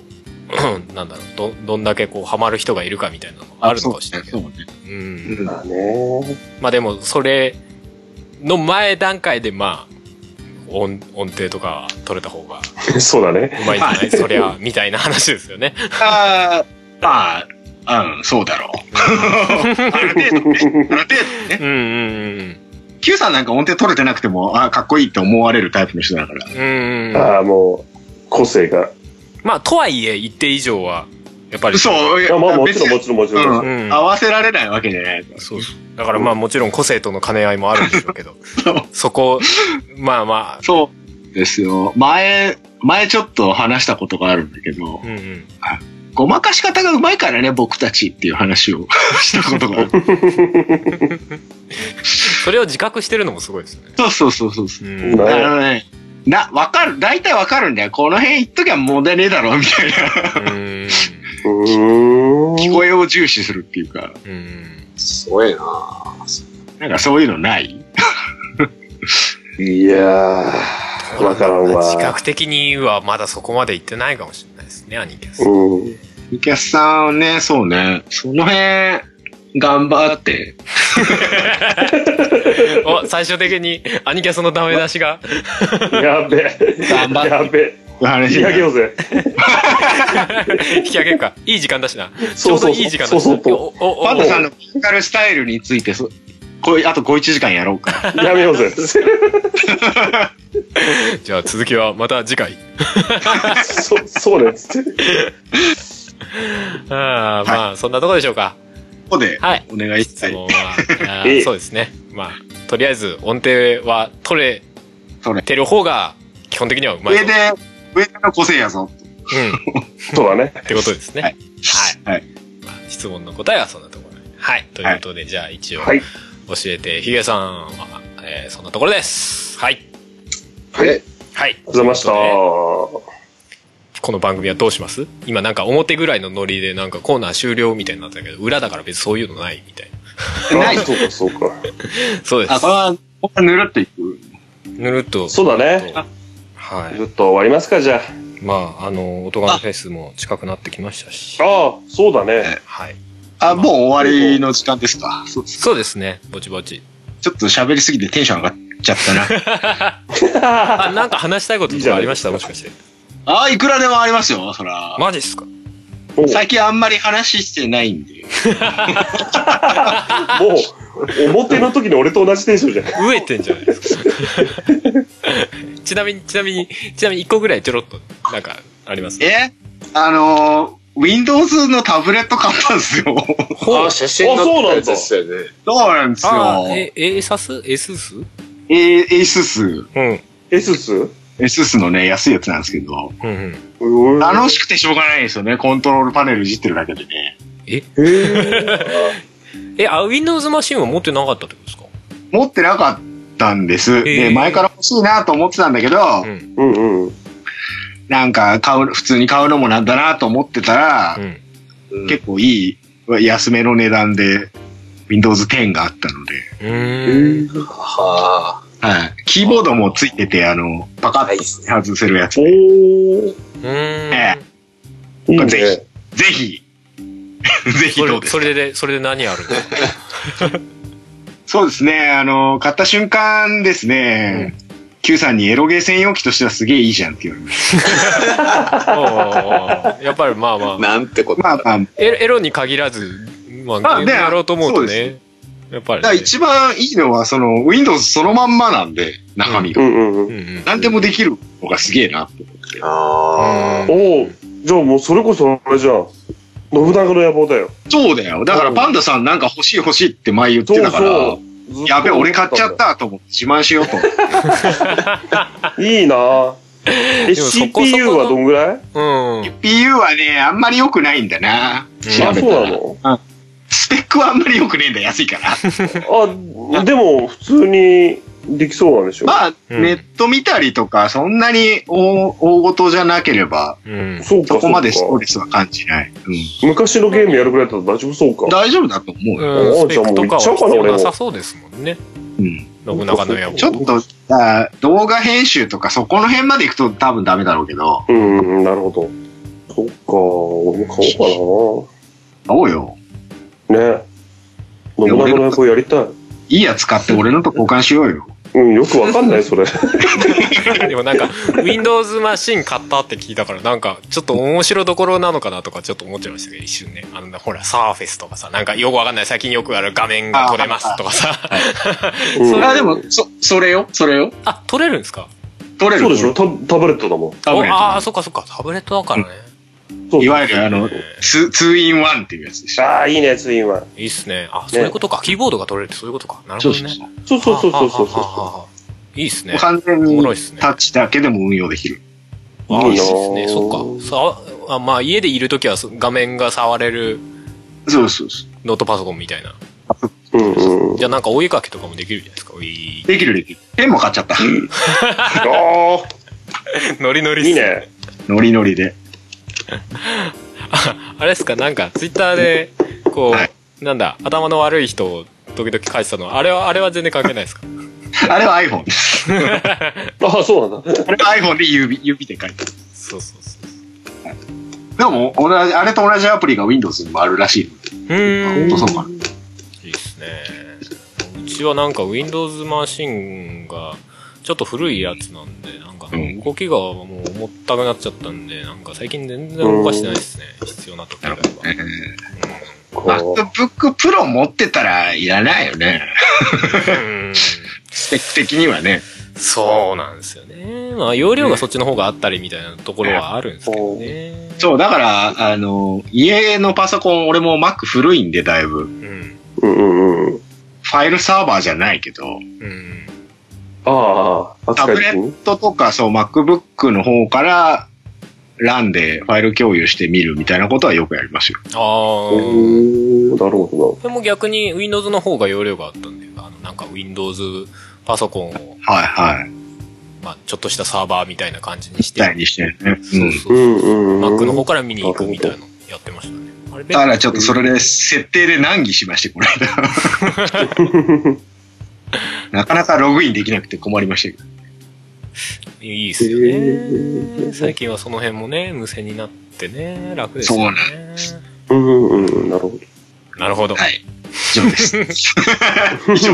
Speaker 3: う、 なんだろう、ど、どんだけこうハマる人がいるかみたいなのがあるのかもしれないけど。
Speaker 5: そうね。
Speaker 3: うん
Speaker 5: うん
Speaker 1: まあね。
Speaker 3: まあでも、それの前段階でまあ、音音程とかは取れた方が
Speaker 1: そうだね。
Speaker 3: うまいんじゃないそりゃ、みたいな話ですよね。
Speaker 5: あーまあ、うん、そうだろう。ある程度ね。ある程度ね。
Speaker 3: うんうん
Speaker 5: Q さんなんか音程取れてなくても、ああ、かっこいいって思われるタイプの人だから。
Speaker 3: うん。うんうん。
Speaker 1: ああ、もう、個性が。
Speaker 3: まあ、とはいえ、一定以上は、やっぱり。
Speaker 5: そう、
Speaker 1: い
Speaker 5: い
Speaker 1: や、
Speaker 5: や
Speaker 1: まあも
Speaker 5: 別
Speaker 1: ちろん、も
Speaker 5: に
Speaker 1: ちろん、もちろ。
Speaker 5: うん
Speaker 3: うん。
Speaker 5: 合わせられないわけじゃない。
Speaker 3: そうそう。だからまあもちろん個性との兼ね合いもあるんでしょうけど
Speaker 5: う、
Speaker 3: そこ、まあま
Speaker 5: そうですよ。前、前ちょっと話したことがあるんだけど
Speaker 3: あ、う、んうん。
Speaker 5: ごまかし方がうまいからね、僕たちっていう話を したことがある。
Speaker 3: それを自覚してるのもすごいですよね。
Speaker 5: そうそうそうそうそうう。
Speaker 3: ん。
Speaker 1: な
Speaker 5: あのね、な、わかる、大体わかるんだよ。この辺言っときゃ問題ねえだろ、みたいな。
Speaker 3: うん
Speaker 1: うーん。
Speaker 5: 聞こえを重視するっていうか、
Speaker 3: うん。
Speaker 4: すごいな
Speaker 5: なんかそういうのない
Speaker 1: いやー、わからんわ。
Speaker 3: 自覚的にはまだそこまで行ってないかもしれないですね、アニキャス。
Speaker 1: うん。
Speaker 5: お客さんね、そうね、その辺、頑張って。
Speaker 3: お、最終的に、アニキャスのダメ出しが。
Speaker 1: やべえ。
Speaker 5: 頑張って
Speaker 1: やべえ。
Speaker 5: あれ
Speaker 1: 引き上げようぜ。
Speaker 3: 引き上げるか。いい時間だしな。ち
Speaker 1: そ
Speaker 3: ょ
Speaker 1: う
Speaker 3: うど
Speaker 1: そうそう。
Speaker 3: いい時間だし
Speaker 1: そ
Speaker 3: な。
Speaker 1: うそうと。
Speaker 3: おおお
Speaker 5: パンダさんのフィジカルスタイルについて、そこうあと小1時間やろうか。
Speaker 1: やめようぜ。
Speaker 3: じゃあ続きはまた次回。
Speaker 1: そう、そうね。つって。
Speaker 3: あーまあ、そんなとこでしょうか。
Speaker 5: ここで、
Speaker 3: はい。
Speaker 5: お願いし
Speaker 3: 質
Speaker 5: たい。
Speaker 3: 問は、あ
Speaker 1: え
Speaker 3: ー
Speaker 1: え
Speaker 3: そうですね。まあ、とりあえず音程は取れ
Speaker 5: 取れ
Speaker 3: てる方が基本的にはうまい
Speaker 5: 上
Speaker 3: と。
Speaker 5: で、上での個性やぞ。
Speaker 3: うん。
Speaker 1: そうだね。
Speaker 3: ってことですね。
Speaker 5: は
Speaker 3: はいい。
Speaker 5: はい。
Speaker 3: まあ、質問の答えはそんなところで。はい。ということで、じゃあ一応、
Speaker 1: は
Speaker 3: 教
Speaker 1: い。
Speaker 3: えて、ヒゲさんは、えーそんなところです。はい。
Speaker 4: はい。
Speaker 3: はい。
Speaker 1: おざいました。
Speaker 3: この番組はどうします今なんか表ぐらいのノリでなんかコーナー終了みたいになったけど、裏だから別にそういうのないみたい
Speaker 5: ない
Speaker 1: あそうか、そうか。
Speaker 3: な。そうで
Speaker 5: あ、
Speaker 3: す
Speaker 5: これ。は、これはぬるっといく。
Speaker 3: ぬるっと。
Speaker 1: そうだね。
Speaker 3: は
Speaker 1: ちょっと終わりますか、じゃ
Speaker 3: い。まあ、あの、オトガメフェスも近くなってきましたし
Speaker 1: あ。。ああ、そうだね。
Speaker 3: はい。
Speaker 5: あ、もう終わりの時間ですか。そうです。
Speaker 3: そうですね。ぼちぼち。
Speaker 5: ちょっと喋りすぎてテンション上がっちゃった な。
Speaker 3: あ、なんか話したいこととかありましたもしかして。
Speaker 5: あ、いくらでもありますよ、そら。
Speaker 3: マジっすか
Speaker 1: もう、
Speaker 5: 最近あんまり話してないんで。
Speaker 1: もう、表の時に俺と同じテンションじゃん。
Speaker 3: 飢えてんじゃないですか。ちなみに、ちなみに、ちなみに1個ぐらいちょろっと、なんか、あります。
Speaker 5: えあのー、Windows のタブレット買ったんですよ。
Speaker 4: ああ、写真
Speaker 1: あそうな
Speaker 4: の
Speaker 1: んだ
Speaker 4: やつでしたよね。
Speaker 5: そうなんですよ。
Speaker 3: あー、え、え、サスエスス
Speaker 5: えー、ASUS。
Speaker 3: うん。
Speaker 1: エスス
Speaker 5: ASUS のね、安いやつなんですけど。
Speaker 3: うんうん。
Speaker 5: 楽しくてしょうがないですよね。コントロールパネルいじってるだけでね。
Speaker 3: え、あ、Windows マシンは持ってなかったってことですか
Speaker 5: 持ってなかったんです。
Speaker 3: へ
Speaker 5: で、
Speaker 3: ー
Speaker 5: 前から欲しいなと思ってたんだけど、
Speaker 3: ん。
Speaker 1: うんうん。
Speaker 5: なんか買う、普通に買うのもなんだなと思ってたら
Speaker 3: う、ん。
Speaker 4: うん
Speaker 5: 結構いい、安めの値段で Windows 10があったので。
Speaker 3: うーん。
Speaker 4: は
Speaker 5: はい。キーボードもついてて、あの、パカ
Speaker 4: あ。は
Speaker 5: ッ
Speaker 4: い
Speaker 5: と。外せるやつ
Speaker 1: お
Speaker 5: で。
Speaker 1: ー。
Speaker 3: うー
Speaker 5: え
Speaker 3: ん。
Speaker 1: いいね。
Speaker 5: ぜぜひ、 ぜひ
Speaker 3: それ
Speaker 5: どうです
Speaker 3: そ
Speaker 5: か
Speaker 3: れで、それで何あるの
Speaker 5: そうですね。あの、買った瞬間ですね、Q さんにエロゲー専用機としてはすげえいいじゃんって言われまし
Speaker 3: あーやっぱりまあまあ。
Speaker 4: なんてこ
Speaker 5: た。
Speaker 4: と
Speaker 5: まあ
Speaker 4: だ。
Speaker 5: まあ、だか
Speaker 3: エロエロに限らず、まあ、ゲ
Speaker 5: まあ
Speaker 3: ーム
Speaker 5: ね
Speaker 3: やろうと思う
Speaker 5: そう
Speaker 3: と
Speaker 5: です
Speaker 3: ね。やっぱりね。
Speaker 5: ら一番いいのは、その、Windows そのまんまなんで、中身
Speaker 1: う
Speaker 5: が。
Speaker 1: んうんうん。
Speaker 3: うんうん。
Speaker 5: 何でもできるのがすげえなって思って。
Speaker 4: あ
Speaker 3: う
Speaker 1: お
Speaker 3: ん
Speaker 1: ー。じゃあもうそれこそあれじゃん。信長の野望だよ。
Speaker 5: そうだよ。だからパンダさんなんか欲しい欲しいって前言ってたから、
Speaker 1: うずと
Speaker 5: やべ、俺買っちゃったと思って自慢しようと思って。
Speaker 1: いいなぁ え、
Speaker 3: でもそこ
Speaker 1: CPU
Speaker 3: そこの
Speaker 1: はどんぐらい
Speaker 3: うん。
Speaker 5: PU はね、あんまり良くないんだな。調
Speaker 1: あ、
Speaker 5: べ
Speaker 1: そ
Speaker 5: た
Speaker 1: うな
Speaker 5: ら。
Speaker 1: の
Speaker 5: スペックはあんまり良くねえんだ、安い から。
Speaker 1: あ、でも普通にできそうなんでしょ
Speaker 5: まあ、
Speaker 3: うん
Speaker 5: ネット見たりとか、そんなに大大事じゃなければ、
Speaker 3: うん。
Speaker 1: そうか
Speaker 5: そ
Speaker 1: そうか。
Speaker 5: こまでストレスは感じない。うん
Speaker 1: 昔のゲームやるくらいだと大丈夫そうか。
Speaker 5: 大丈夫だと思うよ。
Speaker 3: うん
Speaker 1: お
Speaker 3: ス
Speaker 1: ー
Speaker 3: ペックとかは
Speaker 1: じゃあもう行っちゃおうか
Speaker 3: 必要
Speaker 1: な俺も
Speaker 3: なさそうですもんね。
Speaker 5: うん
Speaker 3: 信長の野望
Speaker 5: ちょっと、あー動画編集とか、そこの辺まで行くと多分ダメだろうけど、
Speaker 1: うんうん、なるほど。そっか、俺も買おう
Speaker 5: おうよ。
Speaker 1: かなね信長の役をやりたい。
Speaker 5: いいやつ買って俺のと交換しようよ。
Speaker 1: うん、よくわかんない、それ。
Speaker 3: でもなんか、Windows マシン買ったって聞いたから、なんか、ちょっと面白どころなのかなとか、ちょっと思っちゃいましたけど、一瞬ね。あの、ほら、サーフェスとかさ、なんかよくわかんない、最近よくある画面が撮れますとかさ。
Speaker 1: うん
Speaker 3: それ
Speaker 5: あ、でも、そ、それよ、それよ。
Speaker 3: あ、撮れるんですか
Speaker 5: 取れる
Speaker 1: そうでしょタタブレットだもん。
Speaker 5: タブレット
Speaker 3: おああ、そっかそっか、タブレットだからね。
Speaker 1: そう
Speaker 5: いわゆる、あの、
Speaker 3: え
Speaker 5: ツツーインワンっていうやつでしょ。
Speaker 1: ああ、いいね、ツインは。
Speaker 3: ーいいっすね。あ、そういうことか。キーボードが撮れるってそういうことか。なる
Speaker 5: そ
Speaker 3: ほ
Speaker 5: う
Speaker 3: ど
Speaker 5: そう
Speaker 3: ね。
Speaker 5: そう。
Speaker 1: そうそうそうそうそ
Speaker 3: はあはあ
Speaker 1: う
Speaker 3: はあ
Speaker 1: そ
Speaker 3: はあいいっすね。
Speaker 5: 完全
Speaker 3: お
Speaker 5: に
Speaker 3: もろいっすね。
Speaker 5: タッチだけでも運用できる。
Speaker 1: う。
Speaker 3: あ
Speaker 1: い
Speaker 3: い
Speaker 1: い
Speaker 3: い
Speaker 1: な
Speaker 3: ですね。そっ
Speaker 1: ぁ
Speaker 3: か。さあ、まあ、家でいるときはそ画面が触れる
Speaker 5: そうそうそう。
Speaker 3: ノートパソコンみたいな。
Speaker 1: うんうん。
Speaker 3: じゃあなんかお絵かきとかもできるじゃないですか。うい
Speaker 5: できるできる。ペンも買っちゃった。
Speaker 1: あ
Speaker 3: ーノリノ
Speaker 1: あ、
Speaker 3: リっす
Speaker 1: いい。ね。
Speaker 5: ノリノリで。
Speaker 3: ああれですか、なんかツイッターで、こう、
Speaker 5: はい
Speaker 3: なんだ、頭の悪い人を時々書いてたの、あれは、あれは全然関係ないですか
Speaker 5: あれは iPhone です。
Speaker 1: ああ、そうなんだ。
Speaker 5: あれは iPhone で指、指で書いてる。
Speaker 3: そうそうそう。
Speaker 5: でも、同じ、あれと同じアプリが Windows にもあるらしいので。
Speaker 3: うーん。
Speaker 5: そうか。
Speaker 3: ねうちはなんか Windows マシンがちょっと古いやつなんでなんか
Speaker 5: うん
Speaker 3: 動きがもう重たくなっちゃったんでなんか最近全然動かしてないですね必要な時以外は
Speaker 5: え
Speaker 1: こう
Speaker 5: MacBook Pro 持ってたらいらないよね。
Speaker 3: うん
Speaker 5: スペック的にはね。
Speaker 3: そうなんですよねまあ容量がそっちの方があったりみたいなところはあるんですけどね
Speaker 5: そう、だから、あの、家のパソコン、俺も Mac 古いんで、だいぶ。
Speaker 3: うん
Speaker 1: うんうんうん。
Speaker 5: ファイルサーバーじゃないけど、
Speaker 3: うん
Speaker 1: ああ、
Speaker 5: タ
Speaker 1: 扱い
Speaker 5: ブ
Speaker 1: 的
Speaker 5: レッ
Speaker 1: に
Speaker 5: トとか、そう、MacBook の方から、LAN でファイル共有してみるみたいなことはよくやりますよ。
Speaker 3: ああ
Speaker 1: おーなるほ
Speaker 3: これも逆に Windows の方が容量があったんで、あの、なんか Windows パソコンを、
Speaker 5: はいはい。
Speaker 3: まあ、ちょっとしたサーバーみたいな感じにして
Speaker 5: み、たいにしてね。う。
Speaker 3: そうん
Speaker 1: ど。う
Speaker 3: そう。
Speaker 1: んうんうん。
Speaker 3: Mac の方から見に行くみたいなのやってましたね。あれ、
Speaker 5: だからちょっとそれで設定で難儀しまして、この間。 なかなかログインできなくて困りましたけど。
Speaker 3: いいですよ
Speaker 1: へ
Speaker 3: ね。
Speaker 1: ー
Speaker 3: 最近はその辺もね、無線になってね、楽です
Speaker 5: そう
Speaker 3: よ
Speaker 5: な
Speaker 3: ね
Speaker 5: ん。
Speaker 1: うんうんうん。なるほど。
Speaker 3: なるほど。
Speaker 5: はい。以上です。以上。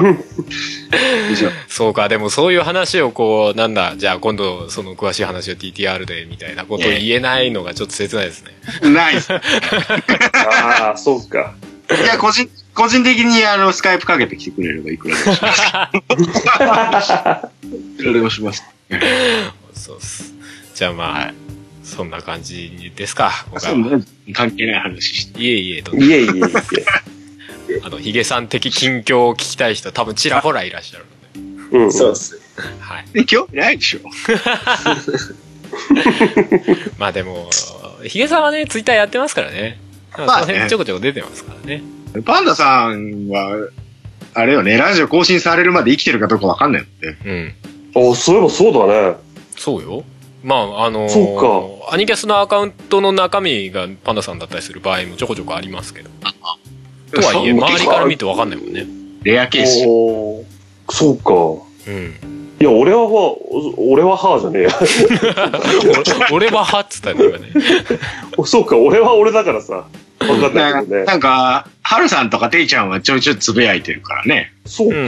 Speaker 5: 以上。
Speaker 3: そうか、でもそういう話をこう、なんだ、じゃあ今度その詳しい話を TTR でみたいなことを言えないのがちょっと切ないですね。
Speaker 5: ナイス。
Speaker 1: ああ、 そうか。
Speaker 5: いや、個人、個人的にあの、スカイプかけてきてくれればいくらでもします。 いくらでもします。
Speaker 3: そうっす。じゃあまあ、
Speaker 5: はい
Speaker 3: そんな感じですか、今
Speaker 5: そ
Speaker 3: 回
Speaker 5: う
Speaker 3: は。
Speaker 5: 関係ない話して。
Speaker 3: いえいえ、と
Speaker 1: いえいえいえ。
Speaker 3: あの、ヒゲさん的近況を聞きたい人、多分ちらほらいらっしゃるの
Speaker 1: うん。
Speaker 4: そうですね。
Speaker 3: で。はい。
Speaker 5: で興味ないでしょ。
Speaker 3: まあでも、ヒゲさんはね、ツイッターやってますからね。まあ、
Speaker 5: まあね
Speaker 3: その辺ちょこちょこ出てますからね。
Speaker 5: パンダさんは、あれよね、ラジオ更新されるまで生きてるかどうかわかんないもんね。
Speaker 3: うん。
Speaker 1: あそういえばそうだね。
Speaker 3: そうよ。まあ、あのー
Speaker 1: そ
Speaker 3: アニキャスのアカウントの中身がパンダさんだったりする場合もちょこちょこありますけど。とはいえ、
Speaker 5: そう
Speaker 3: 周りから見るとわかんないもんね。
Speaker 5: レアケースよ。
Speaker 1: おーそうか。
Speaker 3: うん。
Speaker 1: いや、俺は、お俺ははじゃねえや。
Speaker 3: 俺俺ははっつったよね、今ね。
Speaker 1: そうか、俺は俺だからさ。分かんな
Speaker 5: ない
Speaker 1: けどね。
Speaker 5: なんか、ハルさんとかテイちゃんはちょいちょいつぶやいてるからね。
Speaker 1: そう
Speaker 4: う
Speaker 1: か。
Speaker 4: んうん。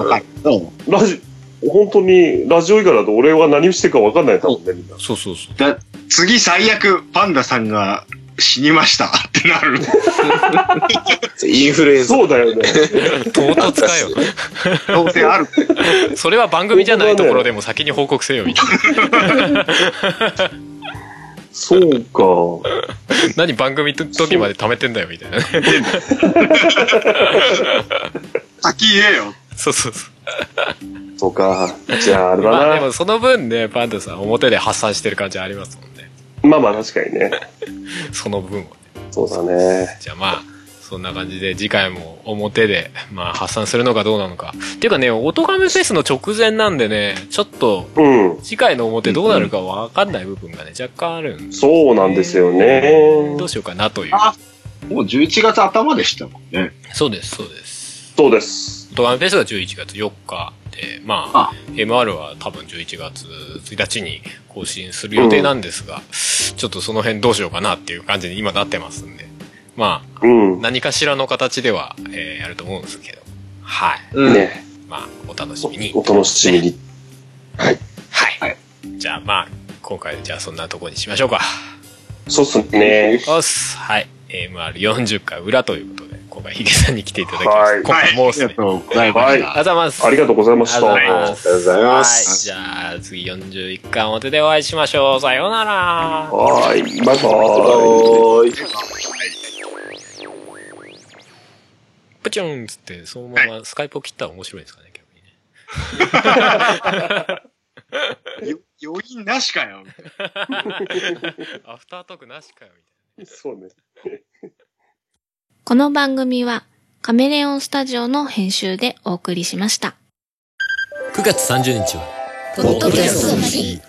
Speaker 5: わかるけど
Speaker 1: ラジ、本当に、ラジオ以外だと俺は何をしてるか分かんないんだもんね、みんな。
Speaker 3: そうそうそう。
Speaker 5: だ次最悪、パンダさんが死にましたってなる。
Speaker 4: インフルエンザ。
Speaker 1: そう だよね。
Speaker 3: 唐突かよ。
Speaker 5: 当然ある。
Speaker 3: それは番組じゃないところでも先に報告せよ、みたいな。
Speaker 1: そうか。
Speaker 3: 何番組の時まで貯めてんだよ、みたいな。
Speaker 5: 先言えよ。
Speaker 3: そうそうそう。
Speaker 1: そうか。じゃあ、あれ
Speaker 3: まあで
Speaker 1: だな。
Speaker 3: もその分ね、パンダさん表で発散してる感じありますもんね。
Speaker 1: まあまあ、確かにね。
Speaker 3: その分をね。
Speaker 1: そうだね。
Speaker 3: じゃあまあ、そんな感じで次回も表で、まあ発散するのかどうなのか。っていうかね、オトガメフェスの直前なんでね、ちょっと
Speaker 1: うん。
Speaker 3: 次回の表どうなるかわかんない部分がね、若干あるんで、
Speaker 1: そうなんですよね
Speaker 3: ど。うしようかなという。
Speaker 5: あもう11月頭でしたもんね。
Speaker 3: そうです、そうです。
Speaker 1: そうです。
Speaker 3: オトガメフェスが11月4日で、まあ
Speaker 5: あ、
Speaker 3: MR は多分11月1日に更新する予定なんですが、ちょっとその辺どうしようかなっていう感じに今なってますんで。まあ、
Speaker 1: うん。
Speaker 3: 何かしらの形では、えーやると思うんですけど。はい。
Speaker 5: う
Speaker 1: ね。
Speaker 3: まあ、お楽しみに。
Speaker 1: お楽しみに。
Speaker 3: はい。
Speaker 5: はい
Speaker 3: じゃあまあ、今回じゃあそんなとこにしましょうか。
Speaker 1: そうっすね。
Speaker 3: おっす。はい。MR40 回裏ということで、今回ヒゲさんに来ていただきました。
Speaker 1: はい
Speaker 3: 今回もうっすね。
Speaker 5: ありがとうございまし
Speaker 3: あ
Speaker 5: た。
Speaker 3: りがとうございます。
Speaker 1: ありがとうございました。
Speaker 3: ありがとうございま
Speaker 4: ありがとうございます。
Speaker 3: はい。じゃあ、次41回表でお会いしましょう。さようなら。
Speaker 1: はい。バイバイ。
Speaker 4: はーい。
Speaker 3: プチュンっつって、そのままスカイプを切ったら面白いんですかね、逆にね。
Speaker 5: よ余韻なしかよ。
Speaker 3: アフタートークなしかよ、みたいな。
Speaker 1: そうね。
Speaker 2: この番組はカメレオンスタジオの編集でお送りしました。
Speaker 6: 9月30日は、
Speaker 2: ポッドキャストの日